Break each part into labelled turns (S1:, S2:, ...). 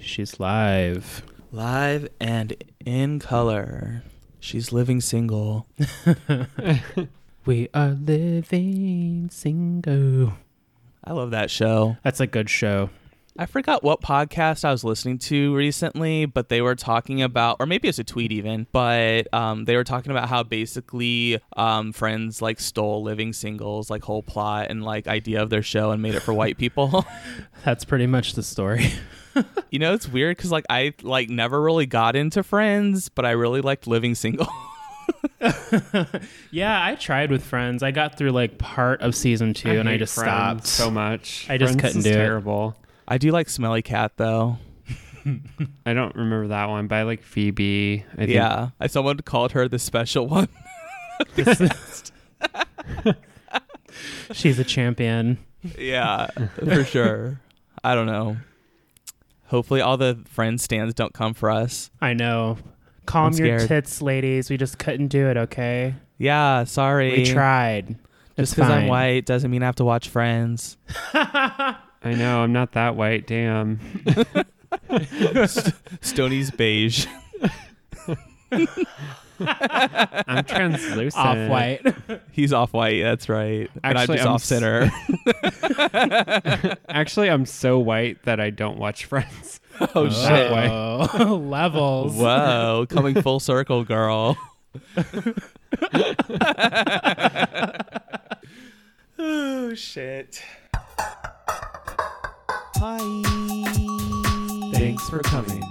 S1: She's live.
S2: Live and in color. She's living single.
S1: we are living single.
S2: I love that show.
S1: That's a good show.
S2: I forgot what podcast I was listening to recently, but they were talking about, or maybe it's a tweet even, but um, they were talking about how basically um, Friends like stole Living Singles, like whole plot and like idea of their show and made it for white people.
S1: That's pretty much the story.
S2: you know, it's weird because like I like never really got into Friends, but I really liked Living Single.
S1: yeah, I tried with friends. I got through like part of season two and I
S3: hate
S1: just
S3: Friends
S1: stopped.
S3: so much.
S1: I just
S3: Friends
S1: couldn't
S3: is
S1: do it.
S3: terrible.
S2: I do like Smelly Cat though.
S3: I don't remember that one, but I like Phoebe. I think
S2: Yeah, I someone called her the special one.
S1: She's a champion.
S2: yeah, for sure. I don't know. Hopefully, all the friend stands don't come for us.
S1: I know. Calm
S2: I'm
S1: your
S2: scared.
S1: tits, ladies. We just couldn't do it, okay?
S2: Yeah, sorry.
S1: We tried.
S2: Just
S1: It's
S2: because I'm
S1: fine.
S2: white doesn't mean I have to watch Friends.
S3: I know. I'm not that white. Damn.
S2: Stoney's beige.
S3: I'm translucent.
S1: Off white.
S2: He's off white. That's right. and I'm
S3: Actually,
S2: just
S3: I'm
S2: off center.
S3: Actually, I'm so white that I don't watch Friends.
S2: oh shit!
S1: Oh, levels.
S2: Whoa, coming full circle, girl. oh shit! Hi.
S3: Thanks for coming.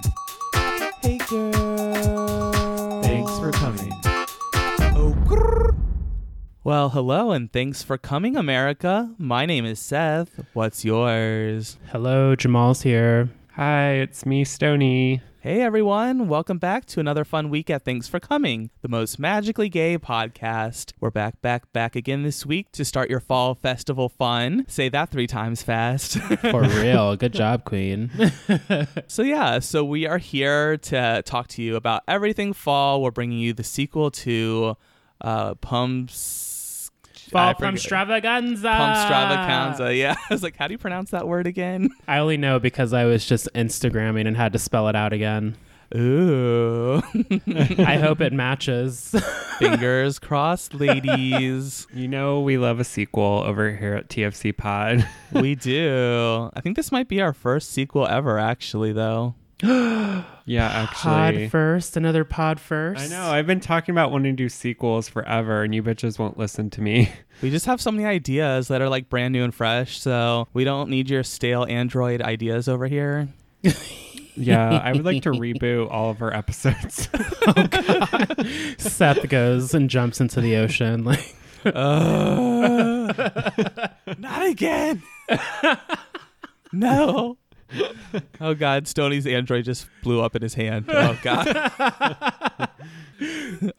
S2: Hey girl. Oh,
S3: coming.
S2: Well, hello and thanks for coming, America. My name is Seth. What's yours?
S1: Hello, Jamal's here.
S3: Hi, it's me, Stony.
S2: Hey everyone, welcome back to another fun week at Thanks for Coming, the most magically gay podcast. We're back, back, back again this week to start your fall festival fun. Say that three times fast.
S1: For real. Good job, Queen.
S2: So yeah, so we are here to talk to you about everything fall. We're bringing you the sequel to uh, Pumps. I
S1: Fall
S2: forget-
S1: from Stravaganza.
S2: Pump Stravaganza. Yeah, I was like, how do you pronounce that word again?
S1: I only know because I was just Instagramming and had to spell it out again.
S2: Ooh,
S1: I hope it matches.
S2: fingers crossed, ladies.
S3: You know we love a sequel over here at TFC Pod.
S2: we do. I think this might be our first sequel ever, actually, though.
S3: yeah,
S1: Pod
S3: actually.
S1: first, another pod first.
S3: I know. I've been talking about wanting to do sequels forever, and you bitches won't listen to me.
S2: We just have so many ideas that are like brand new and fresh, so we don't need your stale Android ideas over here.
S3: Yeah, I would like to reboot all of our episodes.
S1: Seth goes and jumps into the ocean. Like,
S2: Ugh. Uh. not again. no. Oh God, Stoney's android just blew up in his hand. Oh God.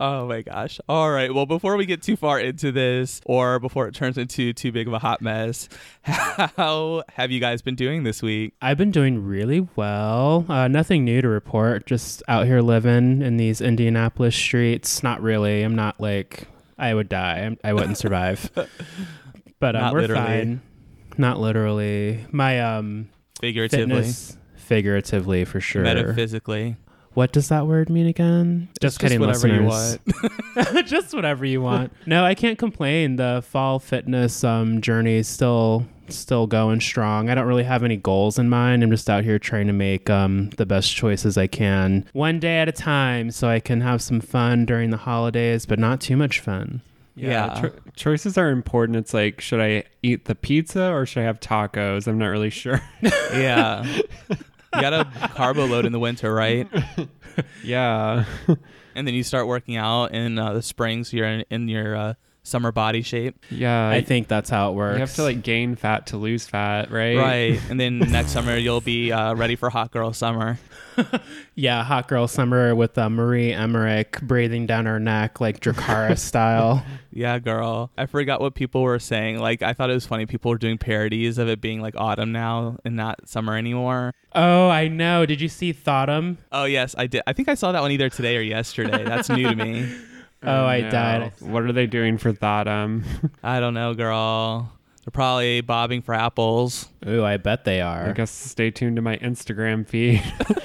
S2: oh my gosh. All right. Well, before we get too far into this, or before it turns into too big of a hot mess, how have you guys been doing this week?
S1: I've been doing really well. Uh, nothing new to report. Just out here living in these Indianapolis streets. Not really. I'm not like I would die. I'm- I wouldn't survive. But um,
S2: Not
S1: we're
S2: literally.
S1: fine. Not literally. My um
S2: Figuratively,
S1: fitness, figuratively for sure.
S2: metaphysically.
S1: what does that word mean again? Just,
S2: It's
S1: kidding,
S2: whatever
S1: listeners.
S2: you want.
S1: just whatever you want. No, I can't complain. The fall fitness um, journey is still still going strong. I don't really have any goals in mind. I'm just out here trying to make um, the best choices I can, one day at a time, so I can have some fun during the holidays, but not too much fun.
S2: Yeah.
S3: cho- choices are important. It's like, should I eat the pizza or should I have tacos? I'm not really sure.
S2: yeah. You got a carbo load in the winter, right?
S3: yeah.
S2: and then you start working out in uh, the spring, so you're in, in your uh, summer body shape,
S3: Yeah.
S1: I think that's how it works.
S3: you have to like gain fat to lose fat, right?
S2: right? And then next summer you'll be uh, ready for hot girl summer.
S1: yeah, hot girl summer with uh, Marie Emmerich breathing down her neck like Dracara style.
S2: Yeah, girl. I forgot what people were saying. Like I thought it was funny. People were doing parodies of it being like autumn now and not summer anymore.
S1: Oh, I know. Did you see Thottum?
S2: Oh yes, I did. I think I saw that one either today or yesterday. That's new to me.
S1: Oh, I
S2: Uh,
S3: no.
S1: died.
S3: What are they doing for that? Um,
S2: I don't know, girl. They're probably bobbing for apples.
S1: Ooh, I bet they are.
S3: I guess stay tuned to my Instagram feed.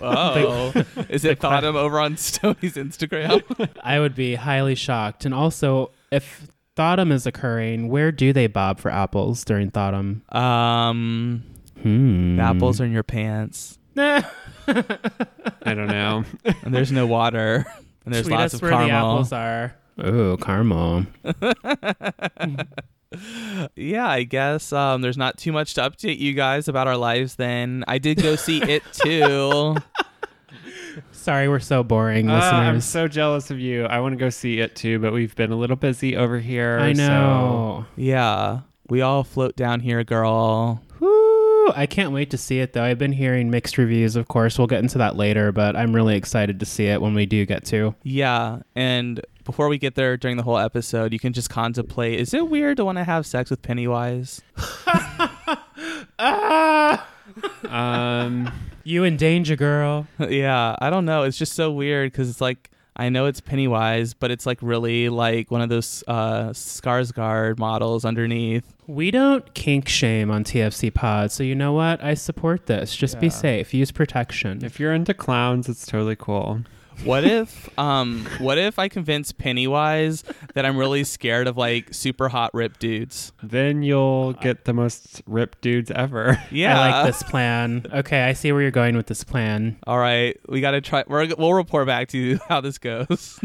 S2: oh, is it Thanim over on Stony's Instagram?
S1: I would be highly shocked. And also, if Thotum is occurring, where do they bob for apples during Thotum?
S2: um,
S1: Hmm.
S2: the apples are in your pants,
S1: Nah.
S3: I don't know.
S2: and there's no water, and there's
S1: Tweet us
S2: lots of
S1: where the
S2: caramel.
S1: apples are. Ooh, caramel.
S2: Yeah, I guess um, there's not too much to update you guys about our lives. Then I did go see it too.
S1: Sorry, we're so boring,
S3: Ah, I'm
S1: listeners.
S3: so jealous of you. I want to go see it too, but we've been a little busy over here.
S1: I know.
S2: yeah, we all float down here, girl.
S1: Woo! I can't wait to see it though. I've been hearing mixed reviews, of course. We'll get into that later, but I'm really excited to see it when we do get to.
S2: Yeah, and before we get there during the whole episode, you can just contemplate: Is it weird to want to have sex with Pennywise?
S3: So, um,
S1: You in danger, girl.
S2: yeah, I don't know. It's just so weird because it's like I know it's Pennywise, but it's like really like one of those uh, Skarsgård models underneath.
S1: We don't kink shame on TFC Pod, so you know what? I support this. Just be
S2: Yeah.
S1: safe. Use protection.
S3: if you're into clowns, it's totally cool.
S2: What if um what if I convince Pennywise that I'm really scared of like super hot ripped dudes?
S3: Then you'll get the most ripped dudes ever.
S2: Yeah.
S1: I like this plan. Okay, I see where you're going with this plan.
S2: All right, we got to try we're, we'll report back to you how this goes.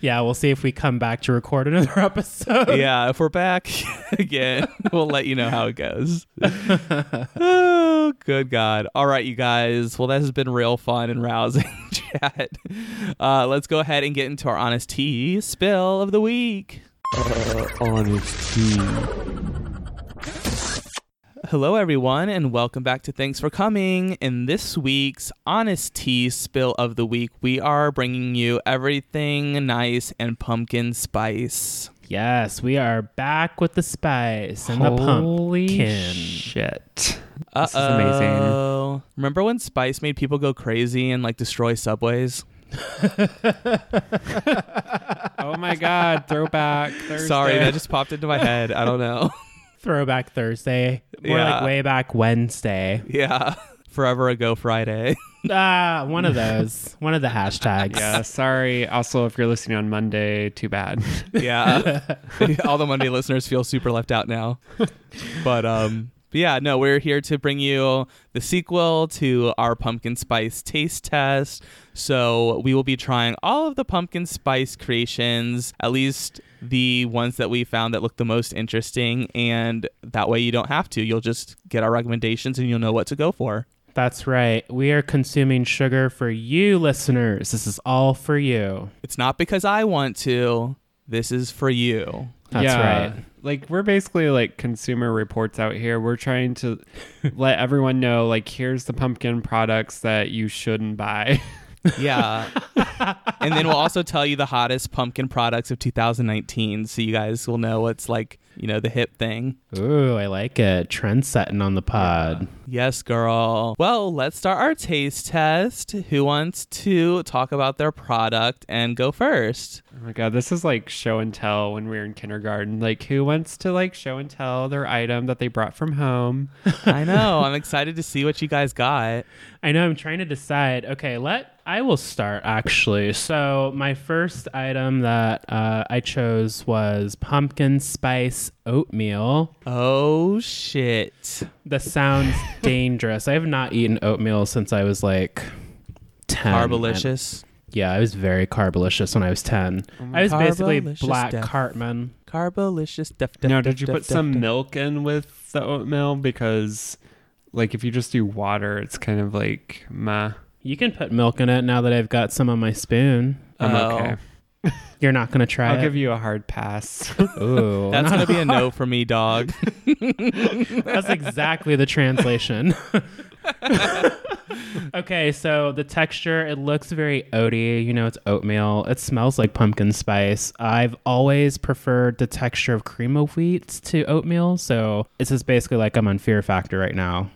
S1: Yeah, we'll see if we come back to record another episode.
S2: yeah, if we're back again, we'll let you know how it goes. oh, good God. All right, you guys. Well, that has been real fun and rousing chat. Uh, let's go ahead and get into our Honest Tea spill of the week. Hello, everyone, and welcome back to Thanks for Coming. In this week's Honest Tea Spill of the Week, we are bringing you everything nice and pumpkin spice.
S1: Yes, we are back with the spice and the
S3: Holy
S1: pumpkin.
S3: shit.
S2: Uh
S3: This is amazing.
S2: Remember when Spice made people go crazy and like destroy subways?
S3: Oh my God. Throwback. Thursday.
S2: Sorry, that just popped into my head. I don't know.
S1: Throwback Thursday. More
S2: Yeah.
S1: like way back Wednesday.
S2: yeah. Forever ago Friday.
S1: Ah, one of those. one of the hashtags.
S3: Yeah, sorry. Also, if you're listening on Monday, too bad.
S2: yeah. All the Monday listeners feel super left out now. But um but yeah, no, we're here to bring you the sequel to our pumpkin spice taste test. So we will be trying all of the pumpkin spice creations, at least the ones that we found that look the most interesting, and that way you don't have to. You'll just get our recommendations and you'll know what to go for.
S1: That's right. We are consuming sugar for you, listeners. This is all for you.
S2: It's not because I want to. This is for you.
S1: That's
S3: yeah.
S1: right.
S3: Like we're basically like consumer reports out here. We're trying to let everyone know like here's the pumpkin products that you shouldn't buy.
S2: Yeah. and then we'll also tell you the hottest pumpkin products of 2019 so you guys will know what's like, you know, the hip thing.
S1: Ooh, I like it. Trend setting on the pod.
S2: Yes, girl. Well, let's start our taste test. Who wants to talk about their product and go first?
S3: Oh my god, this is like show and tell when we were in kindergarten. Like who wants to like show and tell their item that they brought from home?
S2: I know. I'm excited to see what you guys got.
S1: I know I'm trying to decide. Okay, let I will start actually. So my first item that uh, I chose was pumpkin spice oatmeal.
S2: Oh, shit.
S1: That sounds dangerous. I have not eaten oatmeal since I was like
S3: Um,
S1: ten.
S2: Carbalicious.
S1: Yeah, I was very carbalicious when I was ten.
S3: Oh
S1: I was basically
S2: Carbalicious
S1: black
S2: death.
S1: Cartman.
S2: Carbalicious. Def, def,
S3: No,
S2: def,
S3: did you
S2: def,
S3: put
S2: def,
S3: some
S2: def.
S3: milk in with the oatmeal because like if you just do water, it's kind of like meh.
S1: You can put milk in it now that I've got some on my spoon.
S3: I'm
S2: Oh.
S3: okay.
S1: You're not gonna try
S3: I'll
S1: it.
S3: give you a hard pass.
S1: Ooh,
S2: That's
S1: not-
S2: going to be a no for me, dog.
S1: That's exactly the translation. okay, so the texture, it looks very oaty. You know, it's oatmeal. It smells like pumpkin spice. I've always preferred the texture of cream of wheat to oatmeal. So this is basically like I'm on Fear Factor right now.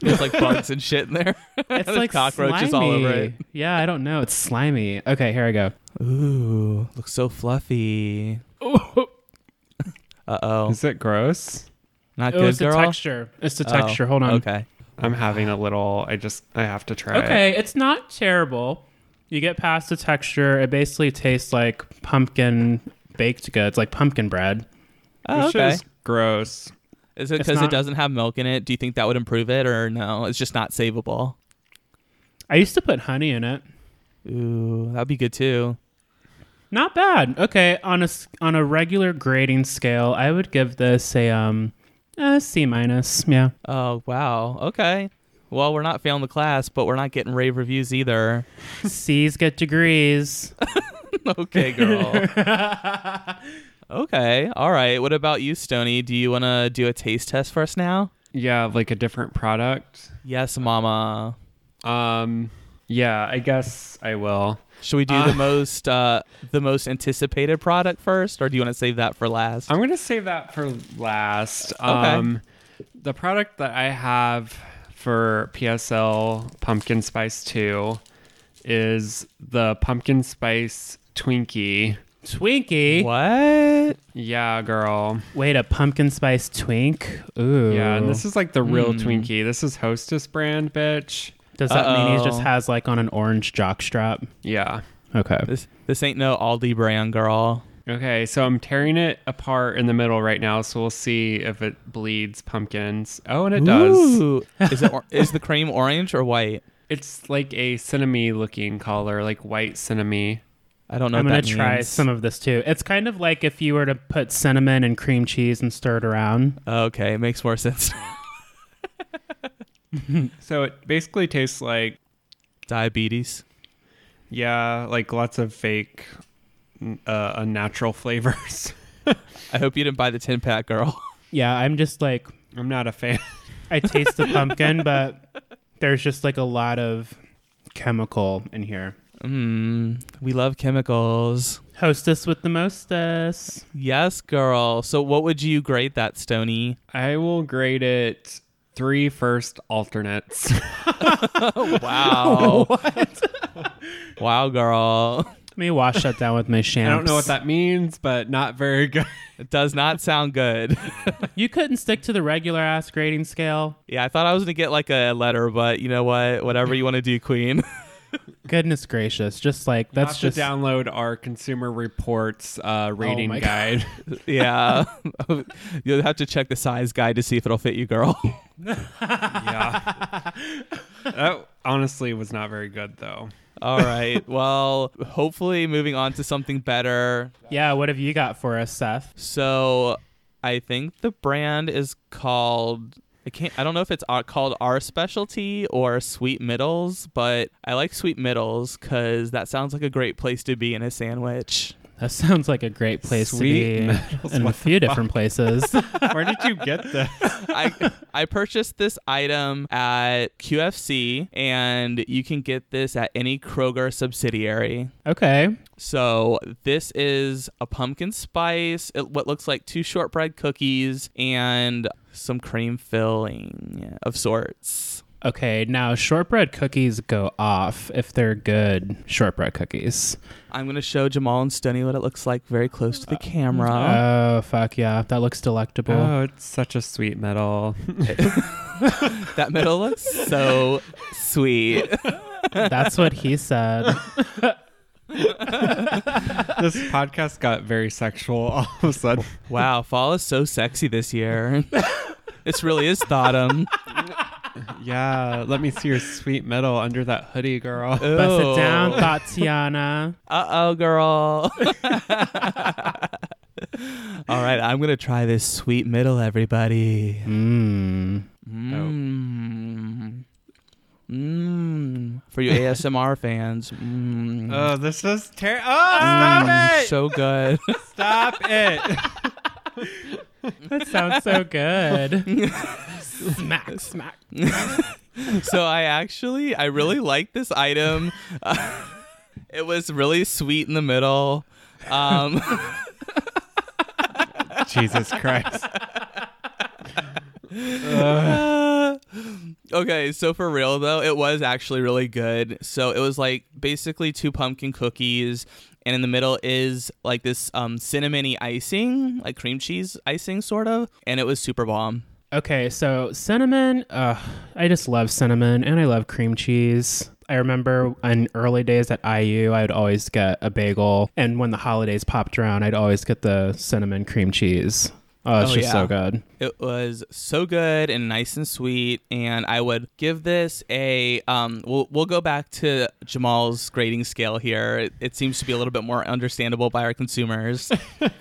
S2: There's like bugs and shit in there.
S1: It's
S2: There's
S1: like
S2: cockroaches all over it.
S1: slimy. Yeah, I don't know. It's slimy. Okay, here I go. Oh,
S2: Ooh, looks so fluffy. Uh oh,
S3: Is it gross?
S2: not
S1: Oh,
S2: good,
S1: it's the
S2: girl.
S1: texture. It's the texture.
S2: Oh,
S1: Hold on.
S2: Okay.
S3: I'm having a little. I just. I have to try. it.
S1: Okay, it's not terrible. You get past the texture. It basically tastes like pumpkin baked goods, like pumpkin bread.
S2: Oh,
S3: This shit
S2: okay.
S3: is gross.
S2: Is it
S1: It's
S2: because it
S1: not-
S2: doesn't have milk in it? Do you think that would improve it, or no? It's just not savable.
S1: I used to put honey in it.
S2: Ooh, that'd be good too.
S1: Not bad. Okay, on a s- on a regular grading scale, I would give this a um a C minus. Yeah.
S2: Oh wow. Okay. Well, we're not failing the class, but we're not getting rave reviews either.
S1: C's get degrees.
S2: okay, girl. okay. All right. What about you, Stony? Do you want to do a taste test for us now?
S3: Yeah, like a different product.
S2: Yes, Mama.
S3: Um. Yeah, I guess I will.
S2: Should we do the most uh, the most anticipated product first, or do you want to save that for last?
S3: I'm gonna save that for last. Um, the product that I have for PSL Pumpkin Spice Two is the Pumpkin Spice Twinkie.
S1: Twinkie.
S2: what?
S3: Yeah, girl.
S1: Wait, a pumpkin spice twink. Ooh.
S3: Yeah, and this is like the real Twinkie. This is Hostess brand, bitch.
S1: Does that mean he just
S2: Uh-oh.
S1: has like on an orange jockstrap?
S3: Yeah.
S1: Okay.
S2: This this ain't no Aldi brand, girl.
S3: Okay, so I'm tearing it apart in the middle right now, so we'll see if it bleeds pumpkins. Oh, and it does.
S2: Ooh. is it or- is the cream orange or white?
S3: It's like a cinnamon looking color, like white cinnamon.
S2: I don't know.
S1: I'm
S2: what
S1: gonna
S2: that
S1: try
S2: means.
S1: some of this too. It's kind of like if you were to put cinnamon and cream cheese and stir it around.
S2: Okay, it makes more sense.
S3: So it basically tastes like
S2: Diabetes.
S3: yeah, like lots of fake uh, unnatural flavors.
S2: I hope you didn't buy the tin pack, girl.
S1: Yeah, I'm just like
S3: I'm not a fan.
S1: I taste the pumpkin, but there's just like a lot of chemical in here.
S2: Mm, we love chemicals.
S1: Hostess with the mostess.
S2: Yes, girl. So, what would you grade that, Stony?
S3: I will grade it three first alternates.
S2: Wow. wow, girl.
S1: Let me wash that down with my shamps.
S3: I don't know what that means, but not very good.
S2: It does not sound good.
S1: You couldn't stick to the regular ass grading scale.
S2: yeah, I thought I was going to get like a letter, but you know what? Whatever you want to do, queen.
S1: Goodness gracious, just like
S3: That's
S1: that's
S3: have
S1: just
S3: to download our consumer reports uh, rating
S1: my God.
S3: guide.
S2: yeah. You'll have to check the size guide to see if it'll fit you, girl.
S3: yeah. That honestly was not very good though.
S2: All right. Well, hopefully, moving on to something better.
S1: yeah. What have you got for us, Seth?
S2: So I think the brand is called. I can't. I don't know if it's uh, called our specialty or Sweet Middles, but I like Sweet Middles because that sounds like a great place to be in a sandwich.
S1: That sounds like a great place
S3: Sweet
S1: to be
S3: metals,
S1: in a
S3: what
S1: few different places.
S3: Where did you get this?
S2: I I purchased this item at QFC, and you can get this at any Kroger subsidiary.
S1: okay.
S2: So this is a pumpkin spice, it, what looks like two shortbread cookies, and some cream filling of sorts.
S1: Okay, now shortbread cookies go off if they're good shortbread cookies.
S2: I'm gonna show Jamal and Stoney what it looks like very close to the camera.
S1: Oh, fuck yeah. That looks delectable.
S3: Oh, it's such a sweet metal.
S2: that middle looks so sweet.
S1: That's what he said.
S3: this podcast got very sexual all of a sudden.
S2: Wow, fall is so sexy this year. this really is Thottum.
S3: Yeah, let me see your sweet metal under that hoodie, girl.
S1: Bust it down, Tatiana.
S2: Uh oh, girl. All right, I'm gonna try this sweet middle, everybody.
S1: Mmm.
S2: Oh.
S3: Mm.
S2: Mmm. Mmm. For you ASMR fans. Mmm.
S3: Oh, this is terrible. Oh, stop it!
S2: so good.
S3: Stop it!
S1: That sounds so good. smack, smack.
S2: so I actually, I really like this item. Uh, it was really sweet in the middle. Um,
S3: Jesus Christ.
S2: uh, Okay, so for real though, it was actually really good. So it was like basically two pumpkin cookies, and in the middle is like this um cinnamony icing, like cream cheese icing sort of, and it was super bomb.
S1: Okay, so cinnamon. Uh, I just love cinnamon, and I love cream cheese. I remember in early days at IU, I would always get a bagel, and when the holidays popped around, I'd always get the cinnamon cream cheese. Oh, it's
S2: Oh,
S1: just so
S2: yeah.
S1: good.
S2: It was so good and nice and sweet, and I would give this a. Um, we'll we'll go back to Jamal's grading scale here. It, it seems to be a little bit more understandable by our consumers.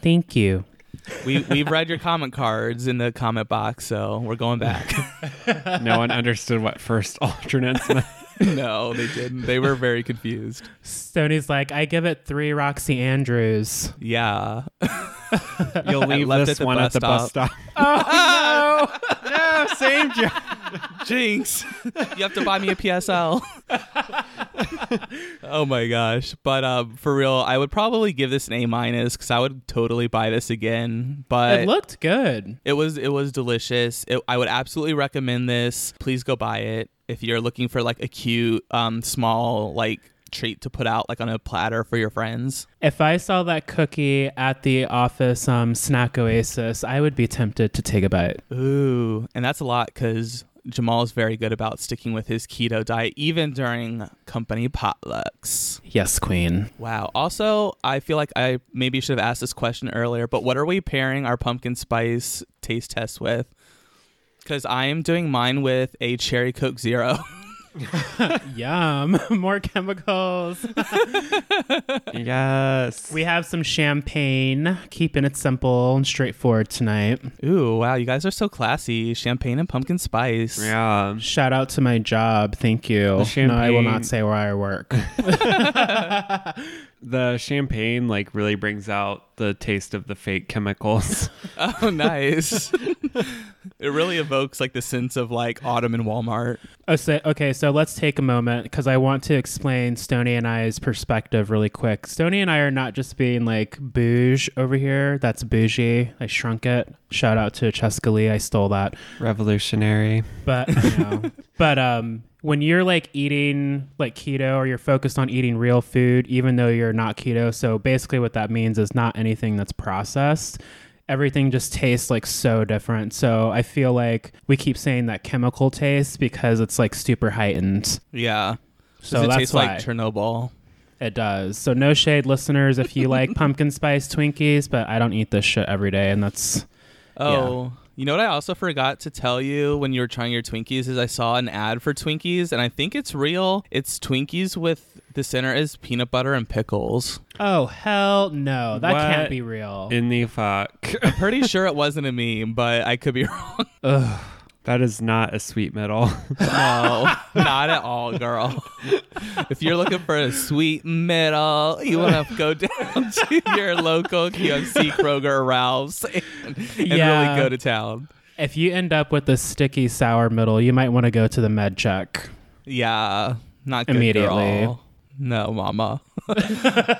S1: Thank you.
S2: we we've read your comment cards in the comment box, so we're going back.
S3: No one understood what first alternates meant.
S2: no, they didn't. They were very confused.
S1: Stoney's like, I give it three Roxy Andrews.
S2: Yeah.
S3: You'll leave
S2: left at
S3: this
S2: the
S3: one at
S2: bus
S3: the bus stop.
S1: Oh
S3: no, same job.
S2: Jinx. you have to buy me a PSL. oh my gosh. But um, for real, I would probably give this an A minus because I would totally buy this again. But
S1: it looked good.
S2: it was it was delicious. It, I would absolutely recommend this. Please go buy it if you're looking for like a cute, um, small like treat to put out like on a platter for your friends.
S1: If I saw that cookie at the office um, snack oasis, I would be tempted to take a bite.
S2: Ooh, and that's a lot because Jamal's very good about sticking with his keto diet even during company potlucks.
S1: Yes, queen.
S2: Wow. Also, I feel like I maybe should have asked this question earlier, but what are we pairing our pumpkin spice taste test with? Because I am doing mine with a cherry Coke Zero.
S1: Yum. More chemicals.
S3: Yes.
S1: We have some champagne, keeping it simple and straightforward tonight.
S2: Ooh, wow. You guys are so classy. Champagne and pumpkin spice.
S3: yeah.
S1: Shout out to my job. Thank you.
S3: The
S1: No, I will
S3: champagne.
S1: not say where I work.
S3: The champagne like really brings out the taste of the fake chemicals.
S2: Oh, nice. it really evokes like the sense of like autumn in Walmart.
S1: Oh, so- okay, so let's take a moment because I want to explain Stony and I's perspective really quick. Stony and I are not just being like bouge over here. That's bougie. I shrunk it. Shout out to Cheska Lee. I stole that.
S3: Revolutionary.
S1: But you know. but um, when you're like eating like keto or you're focused on eating real food, even though you're not keto, so basically what that means is not anything that's processed. Everything just tastes like so different. So I feel like we keep saying that chemical taste because it's like super heightened.
S2: Yeah.
S1: So
S2: it
S1: that's
S2: tastes
S1: why.
S2: like Chernobyl.
S1: It does. So no shade, listeners, if you like pumpkin spice Twinkies, but I don't eat this shit every day, and that's
S2: Oh, you know what I also forgot to tell you when you were trying your Twinkies is I saw an ad for Twinkies and I think it's real. It's Twinkies with the center is peanut butter and pickles.
S1: oh hell no, that
S3: What
S1: can't be real.
S3: In the fuck.
S2: I'm pretty sure it wasn't a meme, but I could be wrong.
S1: Ugh.
S3: That is not a sweet metal.
S2: No,
S1: Oh.
S2: not at all, girl. If you're looking for a sweet middle, you want to go down to your local QFC, Kroger, Ralph's, and, and
S1: Yeah.
S2: really go to town.
S1: If you end up with a sticky sour middle, you might want to go to the med check.
S2: Yeah, not good
S1: Immediately.
S2: girl. No, mama.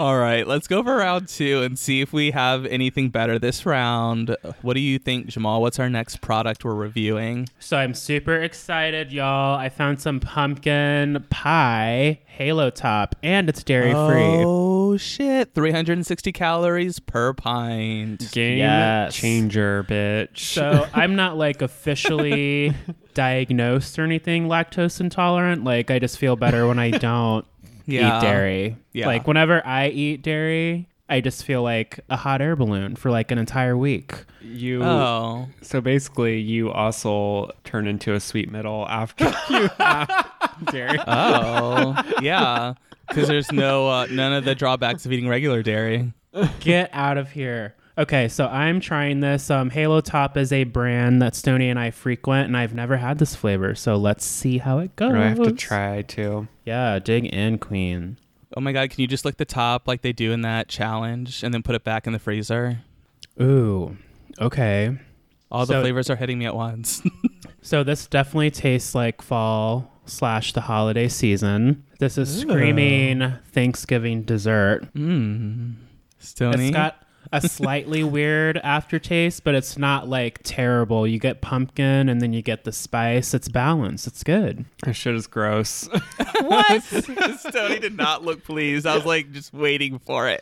S2: All right, let's go for round two and see if we have anything better this round. What do you think, Jamal? What's our next product we're reviewing?
S1: So I'm super excited, y'all. I found some pumpkin pie halo top, and it's dairy free.
S2: Oh shit! 360 calories per pint.
S3: Game
S1: Yes.
S3: changer, bitch.
S1: So I'm not like officially diagnosed or anything lactose intolerant. Like I just feel better when I don't
S2: Yeah.
S1: eat dairy.
S2: Yeah.
S1: Like whenever I eat dairy, I just feel like a hot air balloon for like an entire week.
S3: you
S2: Oh,
S3: so basically you also turn into a sweet metal after you have dairy.
S2: oh, yeah. Because there's no uh, none of the drawbacks of eating regular dairy.
S1: Get out of here. Okay, so I'm trying this. Um, Halo Top is a brand that Stony and I frequent, and I've never had this flavor. So let's see how it goes.
S3: I have to try to.
S1: Yeah, dig in, Queen.
S2: Oh my god! Can you just lick the top like they do in that challenge, and then put it back in the freezer?
S1: Ooh, okay.
S2: All the
S1: So-
S2: flavors are hitting me at once.
S1: So this definitely tastes like fall slash the holiday season. This is screaming Thanksgiving dessert.
S2: mm. Stony.
S1: It's got a slightly weird aftertaste, but it's not like terrible. You get pumpkin and then you get the spice. It's balanced. It's good.
S3: This shit is gross.
S2: What? Stony did not look pleased. I was like just waiting for it.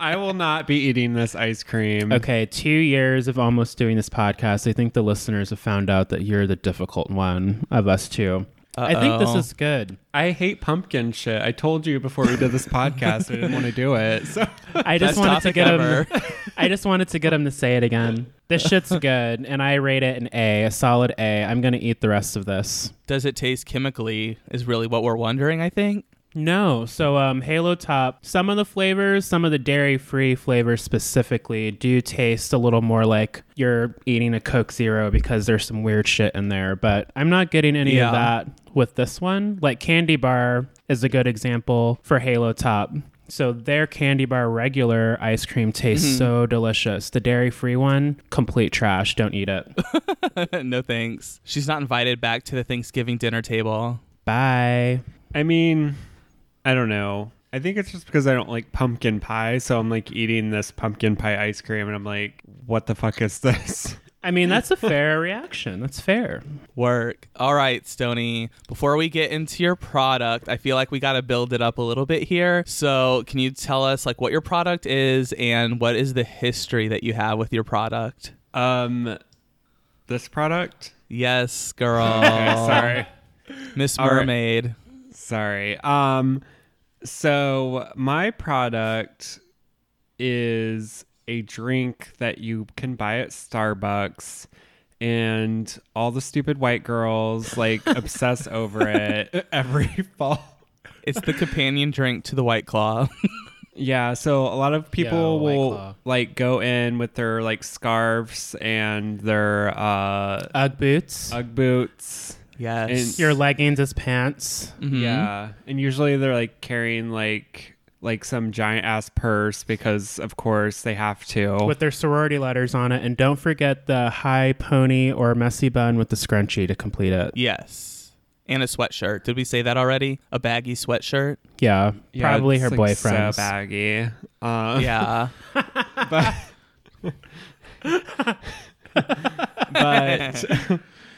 S3: I will not be eating this ice cream.
S2: Mm-hmm.
S1: Okay, two years of almost doing this podcast. I think the listeners have found out that you're the difficult one of us 2 I think this
S2: Uh-oh.
S1: is good.
S3: I hate pumpkin shit. I told you before we did this podcast I didn't want to do it. So
S1: I just
S2: Best
S1: wanted to
S2: topic
S1: get
S2: ever.
S1: him. I just wanted to get him to say it again. This shit's good, and I rate it an A, a solid A. I'm gonna eat the rest of this.
S2: Does it taste chemically? Is really what we're wondering. I think.
S1: No, so um, Halo Top, some of the flavors, some of the dairy-free flavors specifically, do taste a little more like you're eating a Coke Zero because there's some weird shit in there. But I'm not getting any
S2: Yeah.
S1: of that with this one. Like Candy Bar is a good example for Halo Top. So their Candy Bar regular ice cream tastes so delicious. The dairy-free one, complete trash. Don't eat it.
S2: no thanks. She's not invited back to the Thanksgiving dinner table.
S1: Bye.
S3: I mean, I don't know. I think it's just because I don't like pumpkin pie, so I'm like eating this pumpkin pie ice cream and I'm like, what the fuck is this?
S1: I mean, that's a fair reaction. That's fair.
S2: Work. All right, Stony. Before we get into your product, I feel like we got to build it up a little bit here. So, can you tell us like what your product is and what is the history that you have with your product?
S3: Um this product?
S2: Yes, girl.
S3: Okay, sorry.
S2: Miss
S3: right.
S2: Mermaid.
S3: Sorry. Um so my product is a drink that you can buy at Starbucks and all the stupid white girls like obsess over it every fall.
S2: It's the companion drink to the White Claw.
S3: Yeah, so a lot of people
S1: Yo, White Claw.
S3: will like go in with their like scarves and their uh
S1: Ugg boots.
S3: Ugg boots.
S2: yes.
S1: Your leggings as pants.
S2: Mhm.
S3: Yeah. And usually they're like carrying like like some giant ass purse because of course they have to.
S1: with their sorority letters on it, and don't forget the high pony or messy bun with the scrunchie to complete it.
S2: Yes. And a sweatshirt. Did we say that already? A baggy sweatshirt.
S1: Yeah,
S3: Yeah,
S1: probably
S3: it's,
S1: her
S3: like,
S1: boyfriend's.
S3: So baggy. Uh,
S2: Yeah.
S3: but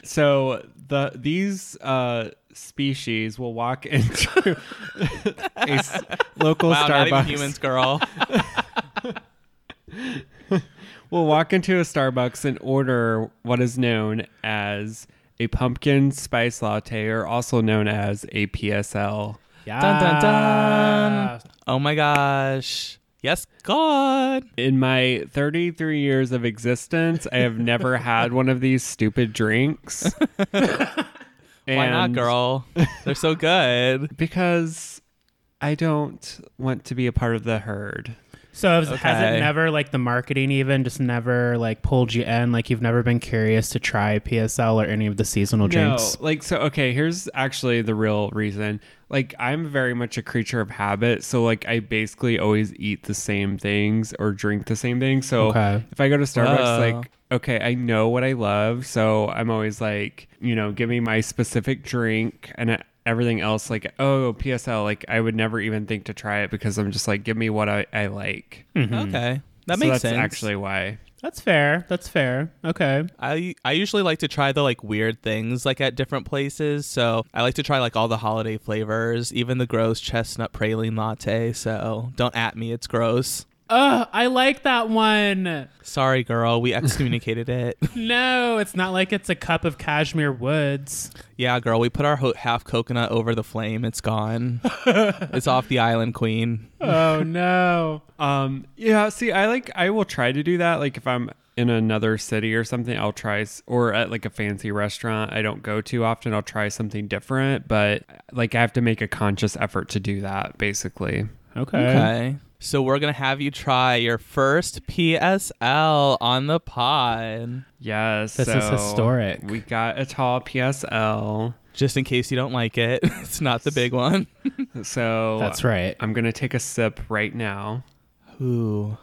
S3: so the these uh species will walk into a s- local
S2: wow, not
S3: Starbucks.
S2: even humans, girl.
S3: will walk into a Starbucks and order what is known as a pumpkin spice latte, or also known as a PSL.
S1: yeah.
S2: Dun, dun, dun. oh my gosh. Yes, God.
S3: In my 33 years of existence, I have never had one of these stupid drinks.
S2: Why not,
S3: And
S2: girl? They're so good.
S3: Because I don't want to be a part of the herd.
S1: So has- has
S2: Okay.
S1: it never like the marketing even just never like pulled you in? Like you've never been curious to try PSL or any of the seasonal drinks?
S3: No, like so. Okay, here's actually the real reason. Like, I'm very much a creature of habit, so like I basically always eat the same things or drink the same things. So
S1: Okay.
S3: if I go to Starbucks,
S2: Whoa.
S3: like, okay, I know what I love, so I'm always like, you know, give me my specific drink and. uh, Everything else, like, oh, PSL, like, I would never even think to try it because I'm just like, give me what I, I like.
S2: Okay. That
S3: Mm-hmm. So
S2: makes
S3: that's
S2: sense.
S3: actually why.
S1: That's fair. That's fair. Okay.
S2: I I usually like to try the like weird things like at different places. So I like to try like all the holiday flavors, even the gross chestnut praline latte. So don't at me, it's gross.
S1: Ugh, I like that one.
S2: Sorry, girl, we excommunicated it.
S1: No, it's not like it's a cup of cashmere woods.
S2: yeah, girl, we put our ho- half coconut over the flame. It's gone. it's off the island, queen.
S1: Oh no.
S3: Um, yeah, see, I like, I will try to do that. Like, if I'm in another city or something, I'll try, s- or at like a fancy restaurant I don't go to often, I'll try something different. But like, I have to make a conscious effort to do that, basically.
S1: Okay.
S2: Okay. So we're gonna have you try your first PSL on the pod,
S3: Yes.
S1: This is
S3: so
S1: historic.
S3: We got a tall PSL.
S2: just in case you don't like it. it's not the big one.
S3: So
S1: That's right.
S3: I'm going to take a sip right now.
S2: Ooh.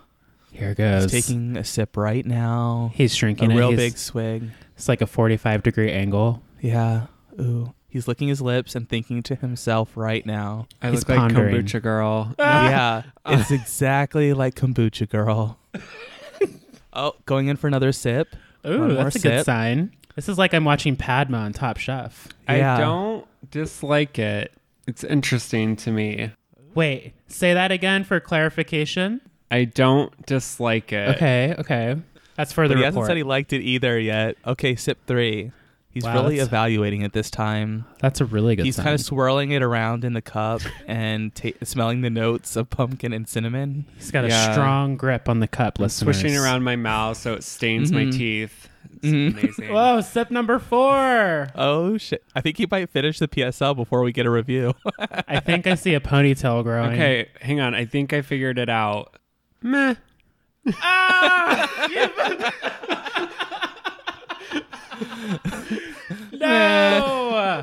S1: Here goes.
S2: He's taking a sip right now.
S1: He's
S2: A
S1: shrinking it.
S2: real
S1: He's-
S2: big swig.
S1: It's like a 45 degree angle.
S2: Yeah. Ooh. He's licking his lips and thinking to himself right now.
S3: I
S1: He's
S3: look like
S1: pondering. Ah.
S3: kombucha girl.
S2: yeah. It's exactly like kombucha girl. Oh, going in for another sip. One
S1: Ooh,
S2: more
S1: that's a good
S2: sip.
S1: sign. This is like I'm watching Padma on Top Chef.
S2: Yeah.
S3: I don't dislike it. It's interesting to me.
S1: Wait, say that again for clarification.
S3: I don't dislike it.
S1: Okay, okay. That's for the
S2: But he hasn't
S1: report.
S2: said he liked it either yet. Okay, sip three. He's
S1: Wow,
S2: really
S1: that's-
S2: evaluating it this time.
S1: That's a really good
S2: He's
S1: sign.
S2: kind of swirling it around in the cup and ta- smelling the notes of pumpkin and cinnamon.
S1: He's got a
S3: Yeah.
S1: strong grip on the cup, listeners.
S3: Swishing around my mouth so it stains my teeth. It's amazing.
S1: Whoa, sip number four.
S2: Oh shit! I think he might finish the PSL before we get a review.
S1: I think I see a ponytail growing.
S3: okay, hang on. I think I figured it out. Meh.
S1: No.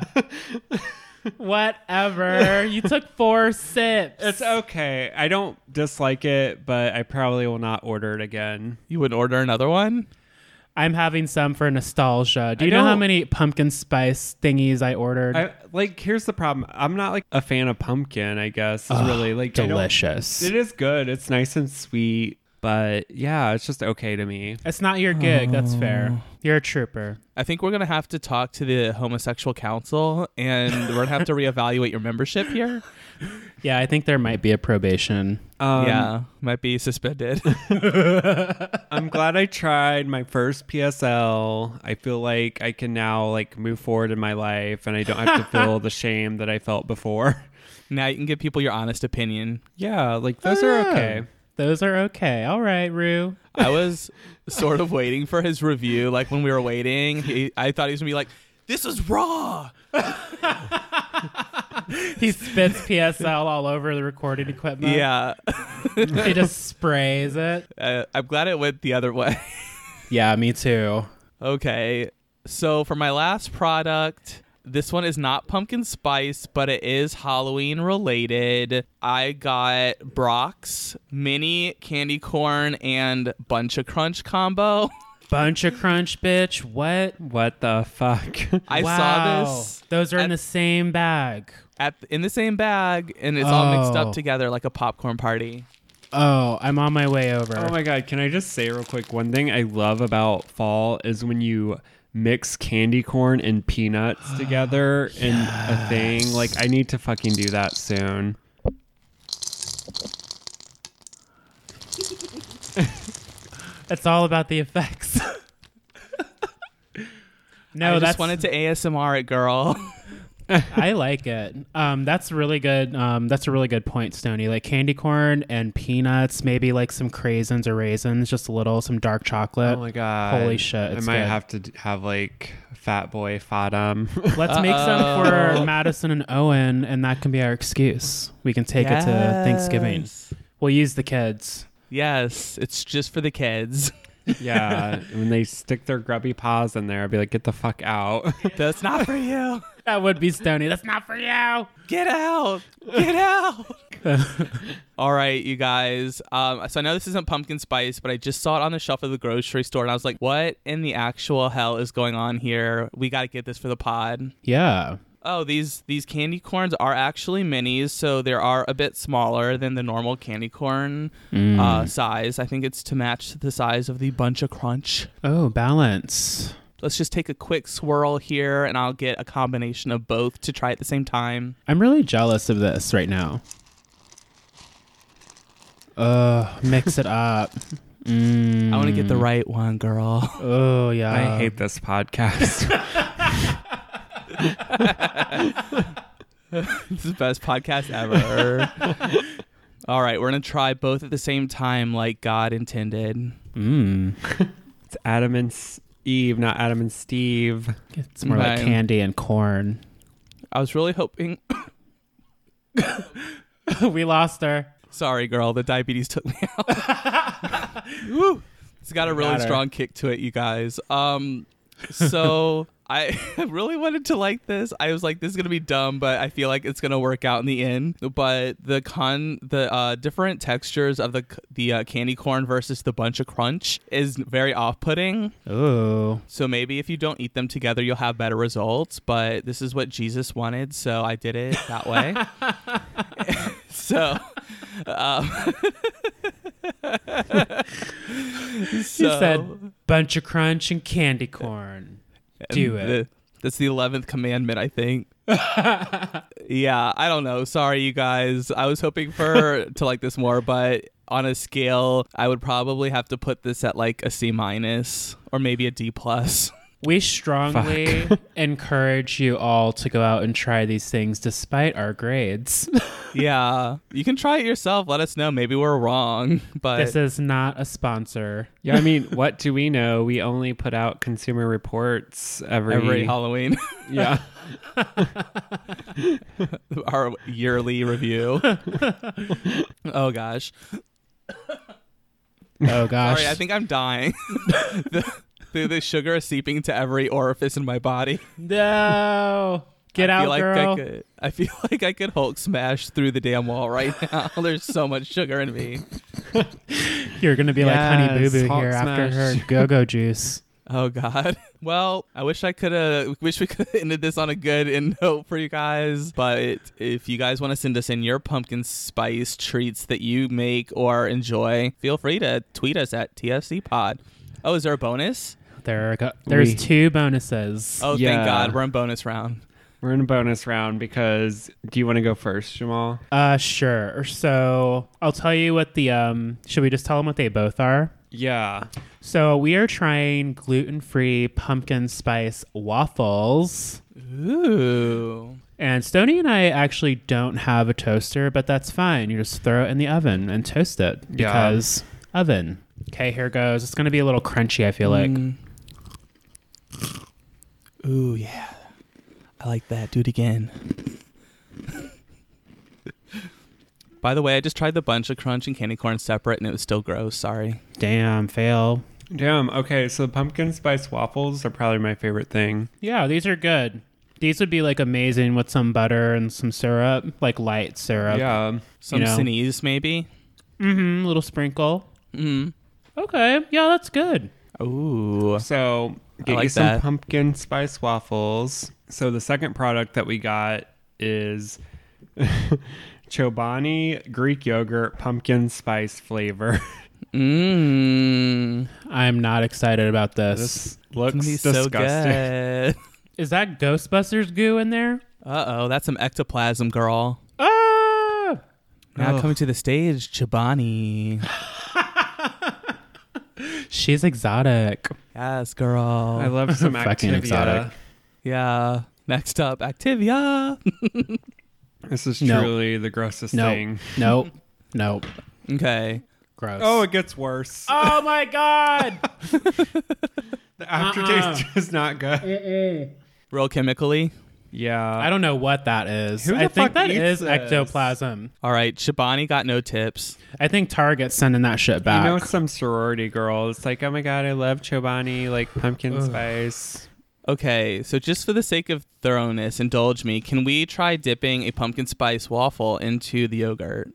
S1: Whatever. You took four sips.
S3: It's okay. I don't dislike it, but I probably will not order it again.
S2: you would order another one?
S1: I'm having some for nostalgia. Do you
S3: I
S1: know how
S3: don't-
S1: many pumpkin spice thingies I ordered?
S3: I like here's the problem. I'm not like a fan of pumpkin, I guess. It's really like I don't-
S1: Delicious.
S3: It is good. It's nice and sweet, but yeah, it's just okay to me.
S1: It's not your gig. That's fair. You're a trooper.
S2: I think we're gonna have to talk to the homosexual council, and we're gonna have to reevaluate your membership here.
S1: Yeah, I think there might be a probation.
S3: Um,
S2: yeah, might be suspended.
S3: I'm glad I tried my first PSL. I feel like I can now like move forward in my life and I don't have to feel the shame that I felt before.
S2: now you can give people your honest opinion.
S3: Yeah, like those are okay.
S1: Those are okay. All right, Rue.
S2: I was sort of waiting for his review. Like when we were waiting, he, I thought he was gonna be like, "This is raw."
S1: He spits PSL all over the recording equipment.
S2: Yeah,
S1: He just sprays it.
S2: uh, I'm glad it went the other way.
S1: Yeah, me too.
S2: Okay. So for my last product, this one is not pumpkin spice, but it is Halloween related. I got Brock's mini candy corn and bunch of crunch combo.
S1: Bunch of crunch, bitch. What?
S3: What the fuck?
S2: I
S1: Wow.
S2: saw this
S1: Those are in
S2: at-
S1: the same bag.
S2: at in the same bag and it's all mixed
S1: Oh.
S2: up together like a popcorn party.
S1: Oh, I'm on my way over.
S3: Oh my god, can I just say real quick one thing I love about fall is when you mix candy corn and peanuts together in a thing. Like I need to fucking do that soon.
S1: It's all about the effects. no,
S2: I
S1: Oh, that's
S2: just wanted to ASMR it, girl.
S1: I like it. Um, that's really good. Um, that's a really good point, Stony. Like candy corn and peanuts, maybe like some craisins or raisins, just a little, some dark chocolate.
S3: Oh my god.
S1: Holy shit, it's
S3: I might
S1: good.
S3: have to d- have like fat boy fatum.
S1: Let's make some for Madison and Owen, and that can be our excuse. We can take it to Thanksgiving.
S2: Yes.
S1: We'll use the kids.
S2: Yes, it's just for the kids.
S3: yeah. When they stick their grubby paws in there, I'd be like, get the fuck out.
S2: That's not for you.
S1: That would be Stony. That's not for you.
S2: Get out! Get out! All right, you guys. Um, so I know this isn't pumpkin spice, but I just saw it on the shelf of the grocery store, and I was like, "What in the actual hell is going on here? We got to get this for the pod."
S1: Yeah.
S2: Oh, these these candy corns are actually minis, so they are a bit smaller than the normal candy corn uh, size. I think it's to match the size of the bunch of crunch.
S1: Oh, balance.
S2: Let's just take a quick swirl here, and I'll get a combination of both to try at the same time.
S1: I'm really jealous of this right now. Uh, mix it up.
S2: I want to get the right one, girl.
S1: Oh yeah.
S3: I hate this podcast.
S2: This is the best podcast ever. All right, we're gonna try both at the same time, like God intended.
S1: Mm.
S3: it's Adam and S- Eve, not Adam and Steve.
S1: It's more like
S2: Right.
S1: candy and corn.
S2: I was really hoping.
S1: we lost her.
S2: Sorry, girl, the diabetes took me out. Woo. It's got a really
S1: Got her.
S2: strong kick to it, you guys. Um, so I really wanted to like this. I was like, this is gonna be dumb, but I feel like it's gonna work out in the end. But the con, the uh, different textures of the c- the uh, candy corn versus the bunch of crunch is very off-putting.
S1: Oh.
S2: So maybe if you don't eat them together, you'll have better results. But this is what Jesus wanted, so I did it that way. so, um,
S1: She
S2: So- Uh,
S1: said, bunch of crunch and candy corn. Do
S2: And
S1: it.
S2: the- that's the eleventh commandment, I think. yeah, I don't know. Sorry, you guys. I was hoping for to like this more, but on a scale, I would probably have to put this at like a C minus or maybe a D plus.
S1: We strongly encourage you all to go out and try these things despite our grades.
S2: yeah, you can try it yourself. Let us know. Maybe we're wrong, but
S1: this is not a sponsor.
S3: Yeah, I mean, what do we know? We only put out consumer reports every,
S2: every Halloween,
S3: yeah.
S2: our yearly review. oh gosh.
S1: Oh gosh.
S2: Sorry, I think I'm dying. the, the, the sugar is seeping to every orifice in my body.
S1: no. Get
S2: I
S1: out,
S2: feel like
S1: girl.
S2: I could. I feel like I could Hulk smash through the damn wall right now. There's so much sugar in me.
S1: You're gonna be like Honey Boo
S3: Yes,
S1: Boo
S3: Hulk
S1: here after her
S3: smash.
S1: go-go juice.
S2: Oh God. Well, I wish I could. Uh, wish we could have ended this on a good end note for you guys. But if you guys want to send us in your pumpkin spice treats that you make or enjoy, feel free to tweet us at TFC Pod. Oh, is there a bonus?
S1: There, go- there's
S3: We-
S1: two bonuses.
S2: Oh, thank
S3: Yeah.
S2: God, we're in bonus round.
S3: We're in a bonus round because do you want to go first, Jamal?
S1: Uh, sure. So I'll tell you what the um. Should we just tell them what they both are?
S3: Yeah.
S1: So we are trying gluten-free pumpkin spice waffles.
S2: Ooh.
S1: And Stony and I actually don't have a toaster, but that's fine. You just throw it in the oven and toast it
S3: Yeah.
S1: because oven. Okay, here goes. It's gonna be a little crunchy. I feel like.
S2: Mm. Ooh, yeah. I like that. Do it again. By the way, I just tried the bunch of crunch and candy corn separate and it was still gross. Sorry.
S1: Damn, fail.
S3: Damn. Okay, so pumpkin spice waffles are probably my favorite thing.
S1: Yeah, these are good. These would be like amazing with some butter and some syrup, like light syrup.
S3: Yeah.
S2: Some
S1: You know.
S2: sneeze, maybe.
S1: Mm-hmm. Little sprinkle.
S2: Mm.
S1: Okay. Yeah, that's good.
S2: Ooh.
S3: So get you
S2: like
S3: some
S2: that.
S3: pumpkin spice waffles. So the second product that we got is Chobani Greek yogurt pumpkin spice flavor.
S2: Mmm.
S1: I'm not excited about this.
S3: this looks
S2: so
S3: disgusting.
S2: good.
S1: Is that Ghostbusters goo in there?
S2: Uh oh, that's some ectoplasm, girl.
S1: Ah!
S2: Now
S3: Ugh.
S2: coming to the stage, Chobani.
S1: She's exotic.
S2: Yes, girl.
S3: I love some
S1: Fucking
S3: Activia.
S1: exotic.
S2: yeah. Next up, Activia.
S3: This is
S1: No.
S3: truly the grossest
S1: No.
S3: thing.
S1: Nope. Nope.
S2: okay.
S1: Gross.
S3: Oh, it gets worse.
S1: Oh my god.
S3: the aftertaste
S1: uh-uh.
S3: is not good.
S2: Real chemically.
S3: Yeah.
S1: I don't know what that is.
S3: Who the
S1: I think
S3: fuck
S1: that
S3: eats
S1: is
S3: this?
S1: ectoplasm.
S2: All right, Shabani got no tips.
S1: I think Target's sending that shit
S3: You
S1: back.
S3: know some sorority girl. It's like, oh my god, I love Chobani, like pumpkin spice.
S2: Okay, so just for the sake of thoroughness, indulge me. Can we try dipping a pumpkin spice waffle into the yogurt?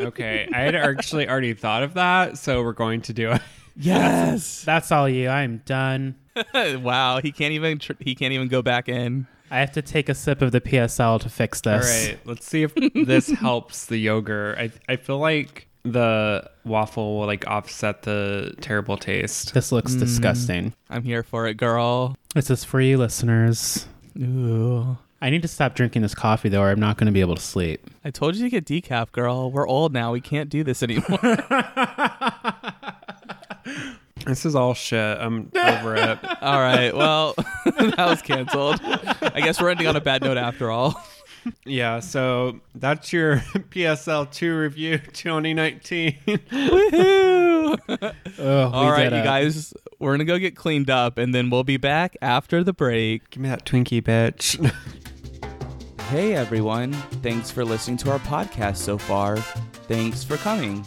S3: Okay, I had actually already thought of that, so we're going to do it.
S2: Yes.
S1: That's all you. I'm done.
S2: wow, he can't even tr- he can't even go back in.
S1: I have to take a sip of the PSL to fix
S3: All
S1: this.
S3: right, let's see if this helps the yogurt. I I feel like the waffle will like offset the terrible taste.
S1: This looks disgusting.
S2: I'm here for it, girl.
S1: This is for you, listeners.
S2: Ooh.
S1: I need to stop drinking this coffee, though, or I'm not going to be able to sleep.
S2: I told you to get decaf, girl. We're old now. We can't do this anymore.
S3: This is all shit. I'm over it.
S2: all right. Well, that was canceled. I guess we're ending on a bad note after all.
S3: Yeah, so that's your PSL two review 2019.
S2: Woohoo!
S1: Oh,
S2: All right, you guys, we're gonna go get cleaned up, and then we'll be back after the break.
S3: Give me that Twinkie, bitch.
S2: Hey everyone, thanks for listening to our podcast so far. Thanks for coming.